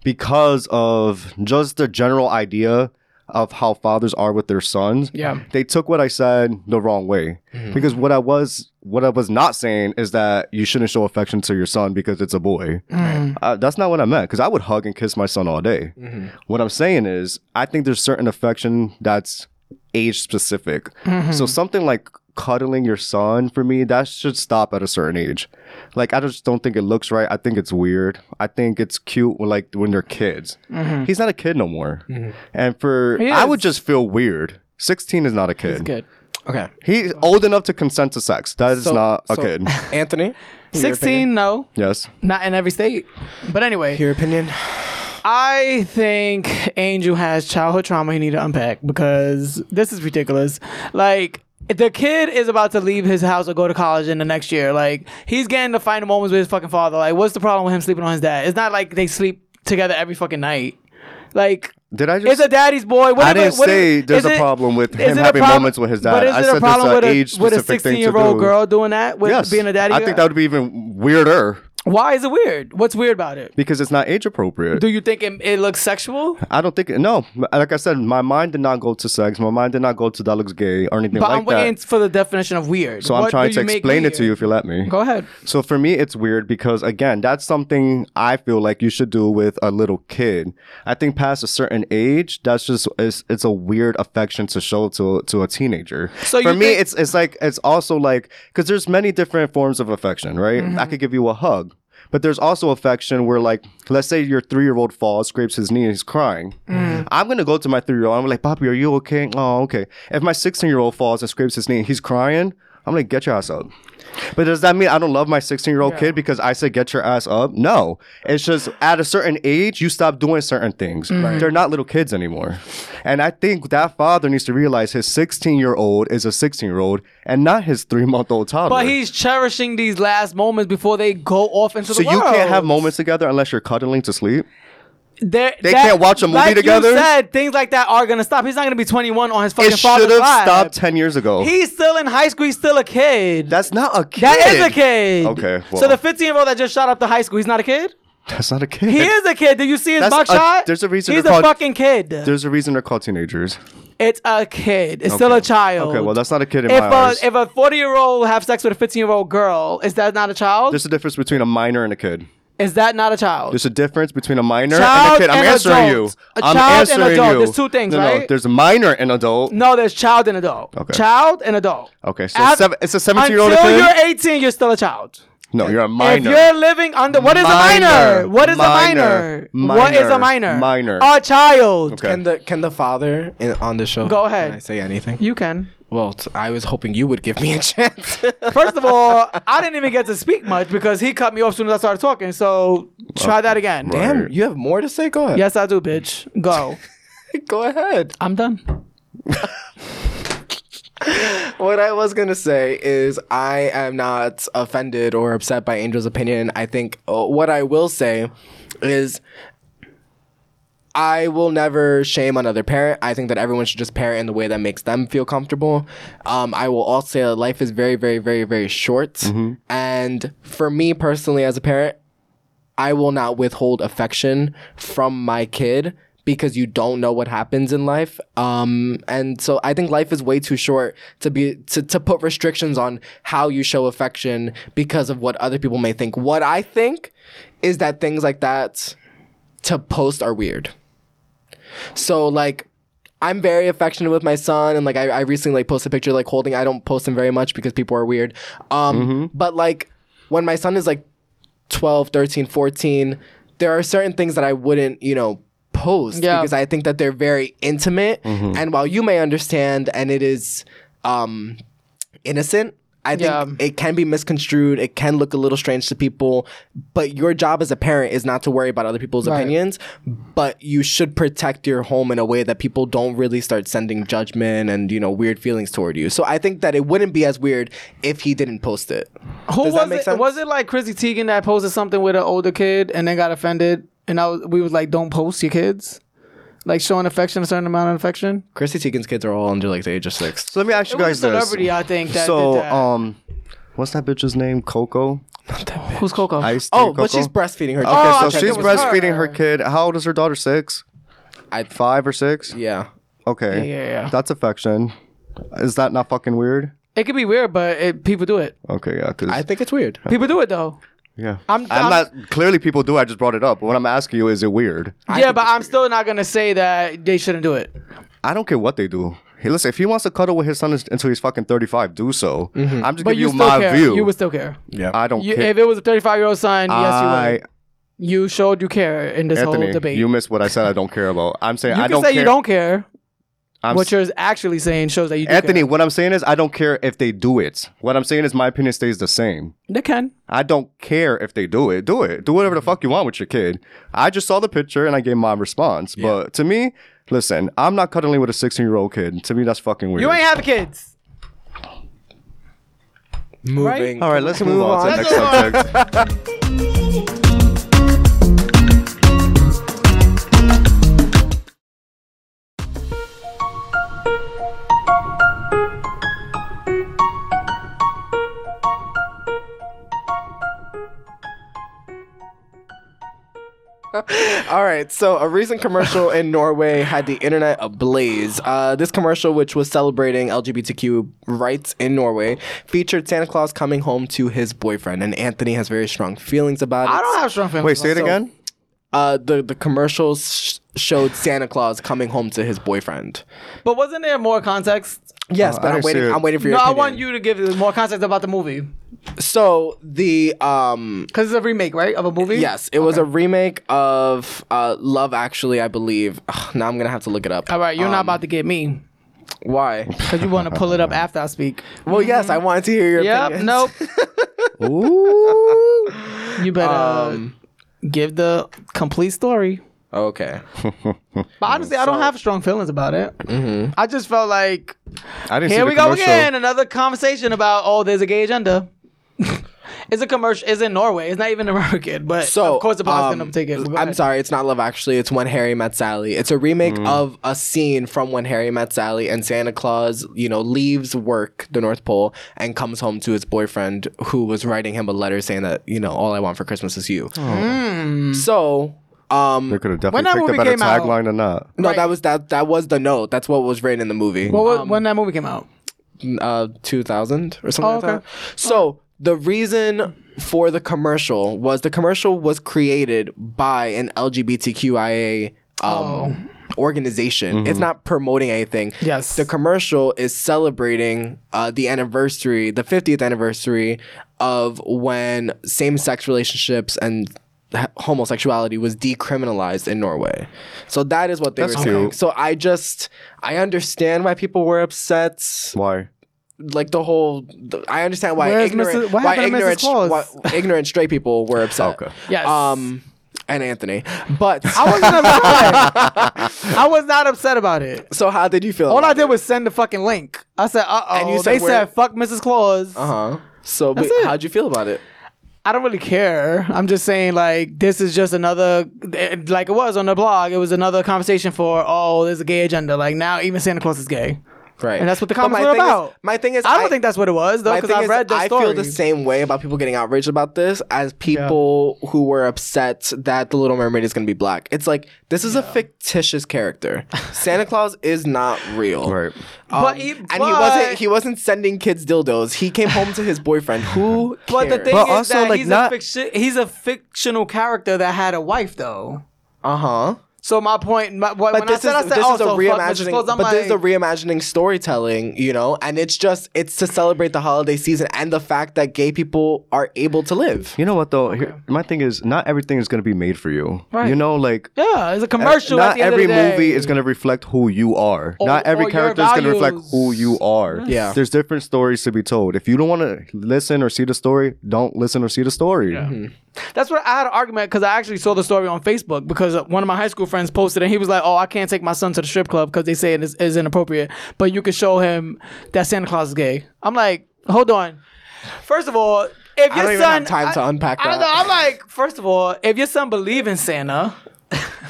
Speaker 3: because of just the general idea of how fathers are with their sons,
Speaker 1: Yeah.
Speaker 3: they took what I said the wrong way. Because what I was, what I was not saying is that you shouldn't show affection to your son because it's a boy.
Speaker 1: Mm.
Speaker 3: Uh, that's not what I meant. Because I would hug and kiss my son all day. What I'm saying
Speaker 1: Mm-hmm.
Speaker 3: is, I think there's certain affection that's age specific. So something like cuddling your son, for me, that should stop at a certain age. Like, I just don't think it looks right. I think it's weird. I think it's cute, when, like, when they're kids.
Speaker 1: Mhm.
Speaker 3: He's not a kid no more.
Speaker 1: Mhm.
Speaker 3: And for,
Speaker 1: He
Speaker 3: I would
Speaker 1: is.
Speaker 3: just feel weird. 16 is not a kid. He's
Speaker 1: good.
Speaker 2: Okay.
Speaker 3: He's old enough to consent to sex. That is
Speaker 1: So-
Speaker 3: not a
Speaker 1: so-
Speaker 3: kid.
Speaker 2: Anthony?
Speaker 1: Sixteen, no.
Speaker 3: Yes.
Speaker 1: Not in every state. But anyway.
Speaker 2: Your opinion?
Speaker 1: I think Angel has childhood trauma he need to unpack because this is ridiculous. Like the kid is about to leave his house or go to college in the next year. Like he's getting to find moments with his fucking father. Like what's the problem with him sleeping on his dad? It's not like they sleep together every fucking night. Like
Speaker 3: Did I just?
Speaker 1: it's a daddy's boy. What if
Speaker 3: I
Speaker 1: it-
Speaker 3: didn't
Speaker 1: what if-
Speaker 3: say there's
Speaker 1: is
Speaker 3: a
Speaker 1: it-
Speaker 3: problem
Speaker 1: is
Speaker 3: with him
Speaker 1: it a
Speaker 3: having
Speaker 1: problem-
Speaker 3: moments with his dad.
Speaker 1: But is
Speaker 3: I
Speaker 1: it
Speaker 3: said
Speaker 1: a
Speaker 3: this
Speaker 1: problem
Speaker 3: a
Speaker 1: with a, with a
Speaker 3: age-specific thing
Speaker 1: 16
Speaker 3: to
Speaker 1: year old
Speaker 3: do.
Speaker 1: girl doing that with
Speaker 3: yes.
Speaker 1: being a daddy?
Speaker 3: I think that would be even weirder
Speaker 1: Why is it weird? What's weird about it?
Speaker 3: because it's not age appropriate.
Speaker 1: Do you think it, it looks sexual?
Speaker 3: I don't think no. Like I said, my mind did not go to sex. My mind did not go to that looks gay or anything
Speaker 1: But I'm
Speaker 3: like that.
Speaker 1: waiting for the definition of weird.
Speaker 3: So
Speaker 1: What
Speaker 3: I'm trying
Speaker 1: do
Speaker 3: to
Speaker 1: you make
Speaker 3: explain it to
Speaker 1: weird?
Speaker 3: you if you let me.
Speaker 1: Go ahead.
Speaker 3: So for me, it's weird because again, that's something I feel like you should do with a little kid. I think past a certain age, that's just it's, it's a weird affection to show to to a teenager.
Speaker 1: So
Speaker 3: for
Speaker 1: you
Speaker 3: me,
Speaker 1: think-
Speaker 3: it's it's like it's also like because there's many different forms of affection, right? I
Speaker 1: Mm-hmm.
Speaker 3: could give you a hug. But there's also affection where, like, let's say your three year old falls, scrapes his knee, and he's crying.
Speaker 1: Mm.
Speaker 3: I'm gonna go to my three year old. I'm like, Papi, are you okay? Oh, okay. If my 16 year old falls and scrapes his knee, and he's crying. I'm like, get your ass up. But does that mean I don't love my 16 year old kid because I said get your ass up? No. It's just at a certain age, you stop doing certain things.
Speaker 1: Mm-hmm.
Speaker 4: Right.
Speaker 3: They're not little kids anymore. And I think that father needs to realize his 16 year old is a 16 year old and not his three month old toddler.
Speaker 1: But he's cherishing these last moments before they go off into
Speaker 3: so
Speaker 1: the world.
Speaker 3: you can't have moments together unless you're cuddling to sleep.
Speaker 1: They're-
Speaker 3: they
Speaker 1: that-
Speaker 3: can't watch a movie
Speaker 1: like
Speaker 3: together?
Speaker 1: You said things like that are gonna stop. He's not gonna be 21 on his fucking
Speaker 3: It should
Speaker 1: father's
Speaker 3: have
Speaker 1: life.
Speaker 3: stopped 10 years ago.
Speaker 1: He's still in high school. He's still a kid.
Speaker 3: That's not a kid.
Speaker 1: That is a kid.
Speaker 3: Okay,
Speaker 1: so
Speaker 3: well.
Speaker 1: the 15 year old that just shot up to high school, he's not a kid.
Speaker 3: That's not a kid.
Speaker 1: He is a kid. Did you see his
Speaker 3: That's
Speaker 1: buck
Speaker 3: a-
Speaker 1: shot?
Speaker 3: there's a reason
Speaker 1: He's
Speaker 3: they're
Speaker 1: a
Speaker 3: called-
Speaker 1: fucking kid.
Speaker 3: There's a reason they're called teenagers.
Speaker 1: It's a kid. It's still
Speaker 3: Okay.
Speaker 1: a child.
Speaker 3: Okay, well, that's not a kid in
Speaker 1: if
Speaker 3: my
Speaker 1: a
Speaker 3: eyes.
Speaker 1: if a 40 year old have sex with a 15 year old girl, is that not a child?
Speaker 3: There's a difference between a minor and a kid.
Speaker 1: is that not a child?
Speaker 3: There's a difference between a minor and a
Speaker 1: Child
Speaker 3: kid. I'm
Speaker 1: and
Speaker 3: answering
Speaker 1: adult.
Speaker 3: you.
Speaker 1: A
Speaker 3: I'm
Speaker 1: child and
Speaker 3: answering
Speaker 1: adult.
Speaker 3: you.
Speaker 1: There's two things,
Speaker 3: no, No,
Speaker 1: right?
Speaker 3: there's a minor and adult.
Speaker 1: No, there's child and adult.
Speaker 3: Okay.
Speaker 1: Child and adult.
Speaker 3: Okay, so
Speaker 1: At-
Speaker 3: seven, it's a 17 year old
Speaker 1: Until
Speaker 3: kid.
Speaker 1: you're 18, you're still a child.
Speaker 3: no, you're a minor.
Speaker 1: If you're living under what is a minor? What is
Speaker 3: Minor.
Speaker 1: a minor? What is a minor?
Speaker 3: Minor.
Speaker 1: A child.
Speaker 2: Can the can the father in, on the show?
Speaker 1: Go
Speaker 2: can
Speaker 1: ahead.
Speaker 2: I say anything?
Speaker 1: You can.
Speaker 2: Well, t- I was hoping you would give me a chance.
Speaker 1: First of all, I didn't even get to speak much because he cut me off soon as I started talking. So try that again.
Speaker 2: Damn, you have more to say. Go ahead.
Speaker 1: Yes, I do, bitch. Go.
Speaker 2: Go ahead.
Speaker 1: I'm done.
Speaker 2: what I was gonna say is I am not offended or upset by Angel's opinion. I think uh, what I will say is I will never shame another parent. I think that everyone should just parent in the way that makes them feel comfortable. Um, I will also say that life is very, very, very, very short. And for me personally, as a parent, I will not withhold affection from my kid because you don't know what happens in life. Um, and so I think life is way too short to be to, to put restrictions on how you show affection because of what other people may think. What I think is that things like that to post are weird. So like I'm very affectionate with my son and like I, I recently like posted a picture like holding I don't post him very much because people are weird. Um but like when my son is like 12, 13, 14, there are certain things that I wouldn't, you know, post
Speaker 1: Yeah.
Speaker 2: because I think that they're very intimate
Speaker 1: Mhm.
Speaker 2: and while you may understand and it is um innocent. I think it can be misconstrued. It can look a little strange to people, but your job as a parent is not to worry about other people's
Speaker 1: Right.
Speaker 2: opinions, but you should protect your home in a way that people don't really start sending judgment and, you know, weird feelings toward you. So I think that it wouldn't be as weird if he didn't post it.
Speaker 1: Who
Speaker 2: Does
Speaker 1: was
Speaker 2: that make
Speaker 1: it?
Speaker 2: sense?
Speaker 1: Was it like Chrissy Teigen that posted something with an older kid and then got offended? And I was, we was like, don't post your kids, like showing affection, a certain amount of affection.
Speaker 2: Chrissy Teigen's kids are all under like the age of six.
Speaker 3: So let me ask you
Speaker 1: It was
Speaker 3: guys
Speaker 1: a
Speaker 3: this.
Speaker 1: celebrity, I think, that
Speaker 3: so,
Speaker 1: did that.
Speaker 3: um, what's that bitch's name? Coco.
Speaker 1: Who's Coco?
Speaker 3: Ice
Speaker 2: Oh, but she's breastfeeding her
Speaker 3: Okay,
Speaker 2: kid. Oh, I
Speaker 3: so
Speaker 2: thought
Speaker 3: she's
Speaker 2: it was her.
Speaker 3: breastfeeding her kid. How old is her daughter? Six.
Speaker 2: I
Speaker 3: five or six.
Speaker 2: Yeah.
Speaker 3: Okay.
Speaker 1: Yeah, yeah, yeah.
Speaker 3: That's affection. Is that not fucking weird?
Speaker 1: It could be weird, but it, people do it.
Speaker 3: Okay, yeah. 'cause-
Speaker 2: I think it's weird.
Speaker 1: People do it though.
Speaker 3: Yeah.
Speaker 1: I'm-
Speaker 3: I'm,
Speaker 1: I'm-
Speaker 3: not. Clearly, people do. I just brought it up. What I'm asking you is it weird?
Speaker 1: yeah, but I'm still not gonna say that they shouldn't do it.
Speaker 3: I don't care what they do. Hey, listen, if he wants to cuddle with his son is- until he's fucking 35, do so. I'm just
Speaker 1: Mm-hmm. But
Speaker 3: giving
Speaker 1: you
Speaker 3: you,
Speaker 1: still
Speaker 3: my
Speaker 1: care.
Speaker 3: view.
Speaker 1: You would still care.
Speaker 3: Yeah. I don't
Speaker 1: You,
Speaker 3: care.
Speaker 1: if it was a 35 year old son, yes,
Speaker 3: I-
Speaker 1: you would. You showed you care in this
Speaker 3: Anthony,
Speaker 1: whole debate.
Speaker 3: you missed what I said I don't care about. I'm saying
Speaker 1: You
Speaker 3: I
Speaker 1: can
Speaker 3: don't
Speaker 1: say
Speaker 3: care.
Speaker 1: you don't care.
Speaker 3: I'm
Speaker 1: what you're actually saying shows that you do
Speaker 3: Anthony,
Speaker 1: care.
Speaker 3: what I'm saying is I don't care if they do it. What I'm saying is my opinion stays the same.
Speaker 1: They can.
Speaker 3: I don't care if they do it. Do it. Do
Speaker 1: Mm-hmm.
Speaker 3: whatever the fuck you want with your kid. I just saw the picture and I gave my response. But to me, listen, I'm not cuddling with a 16 year old kid. To me, that's fucking weird.
Speaker 1: You ain't having kids.
Speaker 2: Moving.
Speaker 3: All right, let's move on to the next subject.
Speaker 2: All right, so a recent commercial in Norway had the internet ablaze. Uh, this commercial, which was celebrating LGBTQ rights in Norway, featured Santa Claus coming home to his boyfriend, and Anthony has very strong feelings about it. I
Speaker 1: don't have strong feelings
Speaker 3: Wait, say it again?
Speaker 2: Uh, the the commercials sh- showed Santa Claus coming home to his boyfriend.
Speaker 1: But wasn't there more context?
Speaker 2: Yes, Oh, I but I'm didn't see waiting- it. I'm waiting for your
Speaker 1: No,
Speaker 2: opinion.
Speaker 1: I want you to give more context about the movie.
Speaker 2: So the um,
Speaker 1: because it's a remake, right, of a movie?
Speaker 2: Yes, it was a remake of uh, Love Actually, I believe. Ugh, now I'm gonna have to look it up.
Speaker 1: All right, you're
Speaker 3: Um,
Speaker 1: not about to get me.
Speaker 2: Why? Because
Speaker 1: you want to pull it up after I speak.
Speaker 2: Well, yes, I wanted to hear your
Speaker 1: yep,
Speaker 2: opinions.
Speaker 1: Nope.
Speaker 2: Ooh.
Speaker 1: You better Um, give the complete story.
Speaker 2: Okay.
Speaker 1: But
Speaker 3: Mm,
Speaker 1: honestly, I don't have strong feelings about it.
Speaker 2: Mm-hmm.
Speaker 1: I just felt like
Speaker 3: I didn't see
Speaker 1: here
Speaker 3: the
Speaker 1: we go
Speaker 3: commercial.
Speaker 1: again, another conversation about oh, there's a gay agenda. it's a commercial. It's in Norway. It's not even American, but
Speaker 2: So
Speaker 1: of course the boss
Speaker 2: um,
Speaker 1: gonna take it.
Speaker 2: I'm sorry, it's not Love Actually. It's When Harry Met Sally. It's a remake of a scene from When Harry Met Sally, and Santa Claus, you know, leaves work, the North Pole, and comes home to his boyfriend, who was writing him a letter saying that you know, all I want for Christmas is you.
Speaker 1: Hmm.
Speaker 2: So, um,
Speaker 3: they could have definitely
Speaker 2: when that
Speaker 3: picked a
Speaker 2: movie
Speaker 3: better
Speaker 2: came out-
Speaker 3: tagline than that.
Speaker 2: No, that was that that was the note. That's what was written in the movie.
Speaker 1: What, was when that movie came out?
Speaker 2: uh, 2000 or something
Speaker 1: Oh,
Speaker 2: like
Speaker 1: okay.
Speaker 2: that. So the reason for the commercial was the commercial was created by an LGBTQIA um, organization. It's not promoting anything.
Speaker 1: Oh. Yes.
Speaker 2: The commercial is celebrating uh, the anniversary, the 50th anniversary of when same sex relationships and h- homosexuality was decriminalized in Norway. So that is what they
Speaker 3: That's
Speaker 2: were saying.
Speaker 3: cute.
Speaker 2: So I just I understand why people were upset.
Speaker 3: Why?
Speaker 2: Like the whole, th- I understand why
Speaker 1: Where's
Speaker 2: ignorant,
Speaker 1: Mrs. what
Speaker 2: why
Speaker 1: happened to Mrs.
Speaker 2: ignorant,
Speaker 1: Claus?
Speaker 2: why ignorant straight people were upset. Okay.
Speaker 1: Yes.
Speaker 2: Um, and Anthony, but
Speaker 1: I wasn't upset. I was not upset about it.
Speaker 2: So how did you feel?
Speaker 1: All I did was send the fucking link. I said, uh
Speaker 2: And you
Speaker 1: oh.
Speaker 2: said
Speaker 1: They
Speaker 2: where-
Speaker 1: said, fuck Mrs. Claus.
Speaker 2: Uh huh. So
Speaker 1: That's
Speaker 2: wait,
Speaker 1: it.
Speaker 2: how'd you feel about it?
Speaker 1: I don't really care. I'm just saying, like, this is just another, it- like it was on the blog, it was another conversation for, oh, there's a gay agenda. Like, now even Santa Claus is gay.
Speaker 2: Right.
Speaker 1: And that's what the
Speaker 2: But
Speaker 1: comments
Speaker 2: my
Speaker 1: were
Speaker 2: thing is-
Speaker 1: about.
Speaker 2: my thing is,
Speaker 1: I don't
Speaker 2: I-
Speaker 1: think that's what it was, though,
Speaker 2: My
Speaker 1: because
Speaker 2: thing
Speaker 1: I
Speaker 2: is,
Speaker 1: read the
Speaker 2: I
Speaker 1: story.
Speaker 2: feel the same way about people getting outraged about this as people who were upset that the Little Mermaid is going to be black. It's like this is a fictitious character. Santa Claus is not real. Right.
Speaker 1: But uh, he-
Speaker 2: and he wasn't he wasn't sending kids dildos. He came home to his boyfriend. Who?
Speaker 1: But the
Speaker 2: cares?
Speaker 1: thing is that he's, a fiction, he's a fictional character that had a wife, though.
Speaker 2: uh huh.
Speaker 1: So my point, my, what,
Speaker 2: But
Speaker 1: when
Speaker 2: this
Speaker 1: I said,
Speaker 2: is
Speaker 1: I said,
Speaker 2: this
Speaker 1: oh,
Speaker 2: is a
Speaker 1: so fuck Mrs.
Speaker 2: reimagining.
Speaker 1: Claus, I'm
Speaker 2: But this is a
Speaker 1: like-
Speaker 2: reimagining storytelling, you know, and it's just it's to celebrate the holiday season and the fact that gay people are able to live.
Speaker 3: You know what though? Here, my thing is, not everything is gonna be made for you.
Speaker 1: Right.
Speaker 3: You know, like
Speaker 1: Yeah, it's a commercial.
Speaker 3: Not
Speaker 1: at the end
Speaker 3: every
Speaker 1: of the day.
Speaker 3: movie is gonna reflect who you are.
Speaker 1: Or-
Speaker 3: not
Speaker 1: or
Speaker 3: every
Speaker 1: your
Speaker 3: character is gonna reflect who you are.
Speaker 2: Yes. Yeah.
Speaker 3: There's different stories to be told. If you don't want to listen or see the story, don't listen or see the story.
Speaker 1: That's where I had an argument because I actually saw the story on Facebook because uh, one of my high school friends posted it and he was like, "Oh, I can't take my son to the strip club because they say it is, is inappropriate, but you can show him that Santa Claus is gay." I'm like, "Hold on, first of all, if your
Speaker 2: I don't even
Speaker 1: son
Speaker 2: have time to unpack
Speaker 1: I
Speaker 2: that.
Speaker 1: don't know. I'm like, first of all, if your son believes in Santa,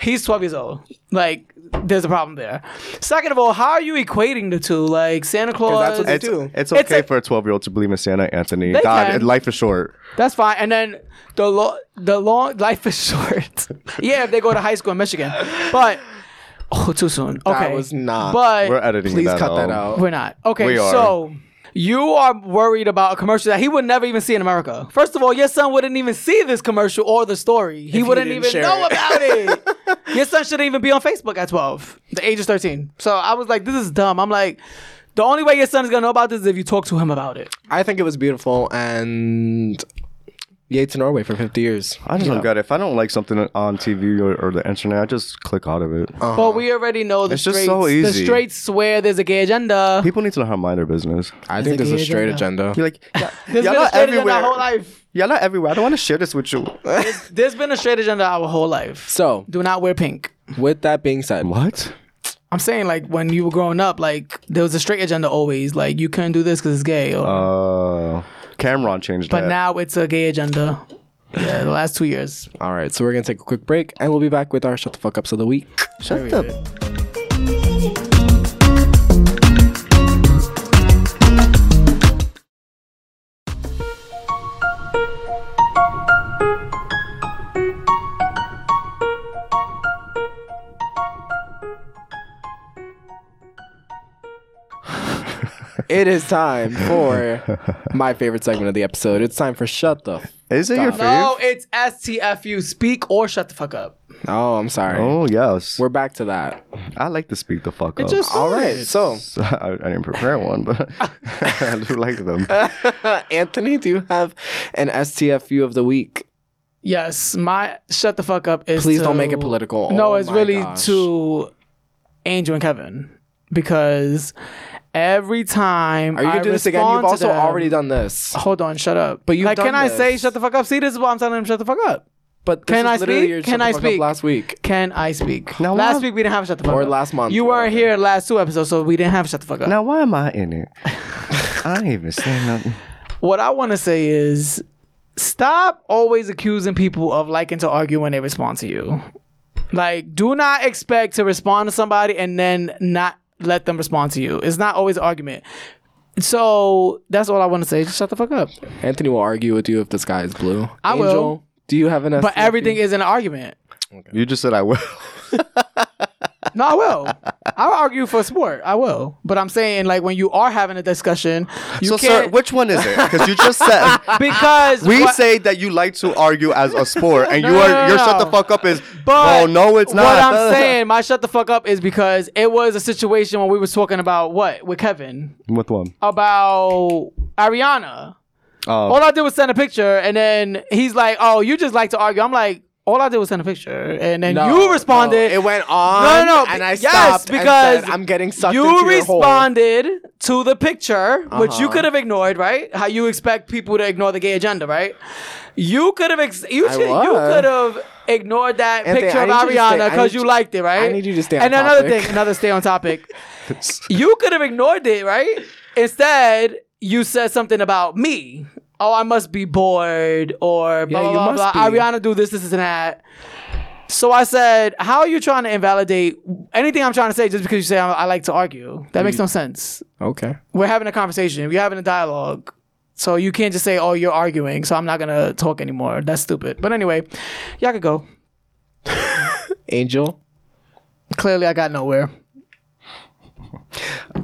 Speaker 1: he's 12 years old. Like, there's a problem there. Second of all, how are you equating the two? Like, Santa Claus.
Speaker 3: it's, it's okay for a 12 year old to believe in Santa, Anthony.
Speaker 1: They
Speaker 3: God,
Speaker 1: can.
Speaker 3: and life is short.
Speaker 1: That's fine. And then the lo- the long life is short. yeah, if they go to high school in Michigan, but oh, too soon. Okay,
Speaker 2: That was not.
Speaker 1: But
Speaker 3: We're editing
Speaker 2: Please
Speaker 3: that
Speaker 2: cut that
Speaker 3: out.
Speaker 2: out.
Speaker 1: We're not. Okay,
Speaker 3: We are.
Speaker 1: so you are worried about a commercial that he would never even see in America. First of all, your son wouldn't even see this commercial or the story. He
Speaker 2: you
Speaker 1: wouldn't
Speaker 2: didn't
Speaker 1: even
Speaker 2: share
Speaker 1: know
Speaker 2: it.
Speaker 1: about it. your son shouldn't even be on Facebook at 12, the age of 13. So I was like, this is dumb. I'm like, the only way your son is going to know about this is if you talk to him about it.
Speaker 2: I think it was beautiful and yay to Norway for 50 years.
Speaker 3: I just don't get it. If I don't like something on TV or, or the internet, I just click out of it.
Speaker 1: But we already know the
Speaker 3: Uh-huh. It's
Speaker 1: straights.
Speaker 3: just so
Speaker 1: The
Speaker 3: easy.
Speaker 1: straights swear there's a gay agenda.
Speaker 3: People need to know how to mind their business.
Speaker 2: I think there's a straight agenda.
Speaker 3: You're like,
Speaker 1: There's
Speaker 3: y'all
Speaker 1: been a
Speaker 3: not
Speaker 1: straight agenda
Speaker 3: everywhere.
Speaker 1: our whole life.
Speaker 3: Y'all not everywhere. I don't want to share this with you.
Speaker 1: There's been a straight agenda our whole life.
Speaker 2: So,
Speaker 1: do not wear pink.
Speaker 2: With that being said,
Speaker 3: what?
Speaker 1: I'm saying like when you were growing up, like there was a straight agenda always. Like you couldn't do this because it's gay. Or,
Speaker 3: Uh, Cameron changed
Speaker 1: but
Speaker 3: that.
Speaker 1: now it's a gay agenda. Yeah, the last two years.
Speaker 2: All right, so we're going to take a quick break and we'll be back with our Shut the Fuck Ups of the Week.
Speaker 3: Shut up.
Speaker 2: It is time for my favorite segment of the episode. It's time for Shut the
Speaker 3: Is it
Speaker 2: Fuck
Speaker 1: No, it's STFU. Speak or shut the fuck up.
Speaker 2: Oh, I'm sorry.
Speaker 3: Oh yes. We're
Speaker 2: back to that.
Speaker 3: I like to speak the fuck
Speaker 1: It
Speaker 3: up.
Speaker 1: just All right, is.
Speaker 2: so-
Speaker 3: I, I didn't prepare one, but I do like them.
Speaker 2: Anthony, do you have an STFU of the week?
Speaker 1: Yes, my shut the fuck up is.
Speaker 2: Please
Speaker 1: to-
Speaker 2: don't make it political.
Speaker 1: No,
Speaker 2: Oh
Speaker 1: it's
Speaker 2: my
Speaker 1: really
Speaker 2: gosh.
Speaker 1: to Angel and Kevin because every time
Speaker 2: Are you
Speaker 1: I
Speaker 2: gonna do this again?
Speaker 1: respond
Speaker 2: You've
Speaker 1: to
Speaker 2: also
Speaker 1: them-
Speaker 2: already done this.
Speaker 1: Hold on, shut up.
Speaker 2: But you've
Speaker 1: like,
Speaker 2: done
Speaker 1: can I
Speaker 2: this.
Speaker 1: say shut the fuck up? See, this is why I'm telling him shut the fuck up.
Speaker 2: But this
Speaker 1: can
Speaker 2: is
Speaker 1: I
Speaker 2: literally
Speaker 1: speak?
Speaker 2: your shut
Speaker 1: can
Speaker 2: the
Speaker 1: I
Speaker 2: fuck up
Speaker 1: speak
Speaker 2: last week?
Speaker 1: Can I speak?
Speaker 3: Now
Speaker 1: last
Speaker 3: why-
Speaker 1: week we didn't have shut the fuck
Speaker 2: Or
Speaker 1: up.
Speaker 2: last month,
Speaker 1: You weren't here last two episodes, so we didn't have shut the fuck up.
Speaker 3: Now why am I in it? I ain't even saying nothing.
Speaker 1: What I want to say is stop always accusing people of liking to argue when they respond to you. Like, do not expect to respond to somebody and then not let them respond to you. It's not always an argument. So that's all I want to say. Just shut the fuck up.
Speaker 2: Anthony will argue with you if the sky is blue.
Speaker 1: I will.
Speaker 2: Angel, Do you have an?
Speaker 1: But
Speaker 2: STFU?
Speaker 1: everything is an argument.
Speaker 3: You just said I will.
Speaker 1: No, I will. I will argue for sport. I will. But I'm saying, like, when you are having a discussion, you
Speaker 3: so,
Speaker 1: can't.
Speaker 3: sir, which one is it? Because you just said
Speaker 1: because
Speaker 3: we
Speaker 1: what-
Speaker 3: say that you like to argue as a sport, and you
Speaker 1: No,
Speaker 3: are
Speaker 1: no, no,
Speaker 3: your shut
Speaker 1: no.
Speaker 3: the fuck up is.
Speaker 1: But
Speaker 3: well, no, it's not.
Speaker 1: What I'm saying, my shut the fuck up is because it was a situation when we was talking about what with Kevin
Speaker 3: With one.
Speaker 1: about Ariana.
Speaker 3: Oh.
Speaker 1: All I did was send a picture, and then he's like, "Oh, you just like to argue." I'm like. All I did was send a picture, and then
Speaker 2: No,
Speaker 1: you responded.
Speaker 2: no, it went on,
Speaker 1: No, no, no.
Speaker 2: and I
Speaker 1: yes,
Speaker 2: stopped and
Speaker 1: because
Speaker 2: said, "I'm getting sucked
Speaker 1: You
Speaker 2: into your hole."
Speaker 1: responded to the picture, which you
Speaker 2: Uh-huh.
Speaker 1: could have ignored, right? How you expect people to ignore the gay agenda, right? You could have. Ex- you
Speaker 2: I
Speaker 1: should, you
Speaker 2: was.
Speaker 1: could have ignored that
Speaker 2: Anthony,
Speaker 1: picture
Speaker 2: I
Speaker 1: of
Speaker 2: need you to stay- I
Speaker 1: Ariana because
Speaker 2: need
Speaker 1: you
Speaker 2: you-
Speaker 1: liked it, right?
Speaker 2: I need you to stay on
Speaker 1: And another
Speaker 2: topic.
Speaker 1: thing, another stay on topic. you could have ignored it, right? Instead, you said something about me. Oh, I must be bored, or blah
Speaker 2: Yeah,
Speaker 1: blah
Speaker 2: you
Speaker 1: blah.
Speaker 2: must
Speaker 1: blah.
Speaker 2: be.
Speaker 1: Ariana do this, this, this, and that. So I said, "How are you trying to invalidate anything I'm trying to say just because you say I, I like to argue? That makes no sense.
Speaker 2: Okay.
Speaker 1: We're having a conversation. We're having a dialogue. So you can't just say, "Oh, you're arguing," so I'm not gonna talk anymore. That's stupid. But anyway, y'all could go.
Speaker 2: Angel.
Speaker 1: Clearly, I got nowhere.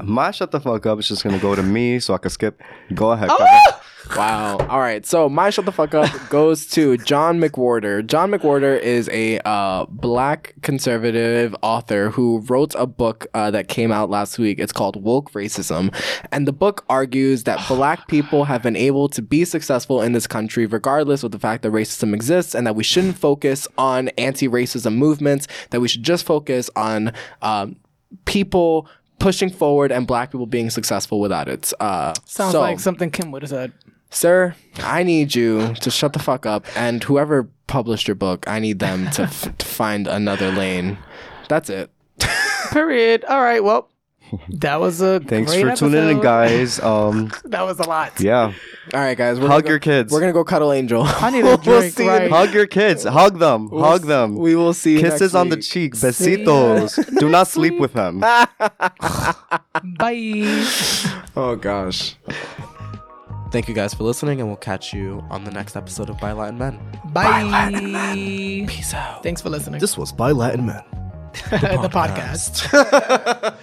Speaker 3: My shut the fuck up is just gonna go to me, so I can skip. Go
Speaker 1: Oh,
Speaker 3: ahead.
Speaker 2: Wow. All right. So my shut the fuck up goes to John McWhorter. John McWhorter is a uh, black conservative author who wrote a book uh, that came out last week. It's called Woke Racism, and the book argues that black people have been able to be successful in this country regardless of the fact that racism exists, and that we shouldn't focus on anti-racism movements. That we should just focus on um, people. Pushing forward and black people being successful without it. Uh,
Speaker 1: Sounds
Speaker 2: so-
Speaker 1: like something Kim would have said.
Speaker 2: sir, I need you to shut the fuck up. And whoever published your book, I need them to, f- to find another lane. That's it.
Speaker 1: Period. All right. Well, that was a
Speaker 3: Thanks
Speaker 1: great
Speaker 3: for tuning in,
Speaker 1: episode.
Speaker 3: guys. Um,
Speaker 1: That was a lot.
Speaker 3: yeah.
Speaker 2: All right, guys. We're
Speaker 3: Hug
Speaker 2: gonna
Speaker 3: your kids.
Speaker 2: We're gonna go cuddle Angel.
Speaker 1: I need a drink.
Speaker 2: see you
Speaker 1: right?
Speaker 3: Hug your kids. Hug them. hug
Speaker 2: s-
Speaker 3: them.
Speaker 2: we will see you
Speaker 3: Kisses
Speaker 2: next
Speaker 3: on the
Speaker 2: week.
Speaker 3: cheek.
Speaker 2: See ya.
Speaker 3: Besitos. Do not sleep with them.
Speaker 1: Bye.
Speaker 2: oh gosh. Thank you guys for listening, and we'll catch you on the next episode of By Latin Men.
Speaker 1: Bye. Peace out. Thanks for listening.
Speaker 4: This was By Latin Men.
Speaker 1: the podcast.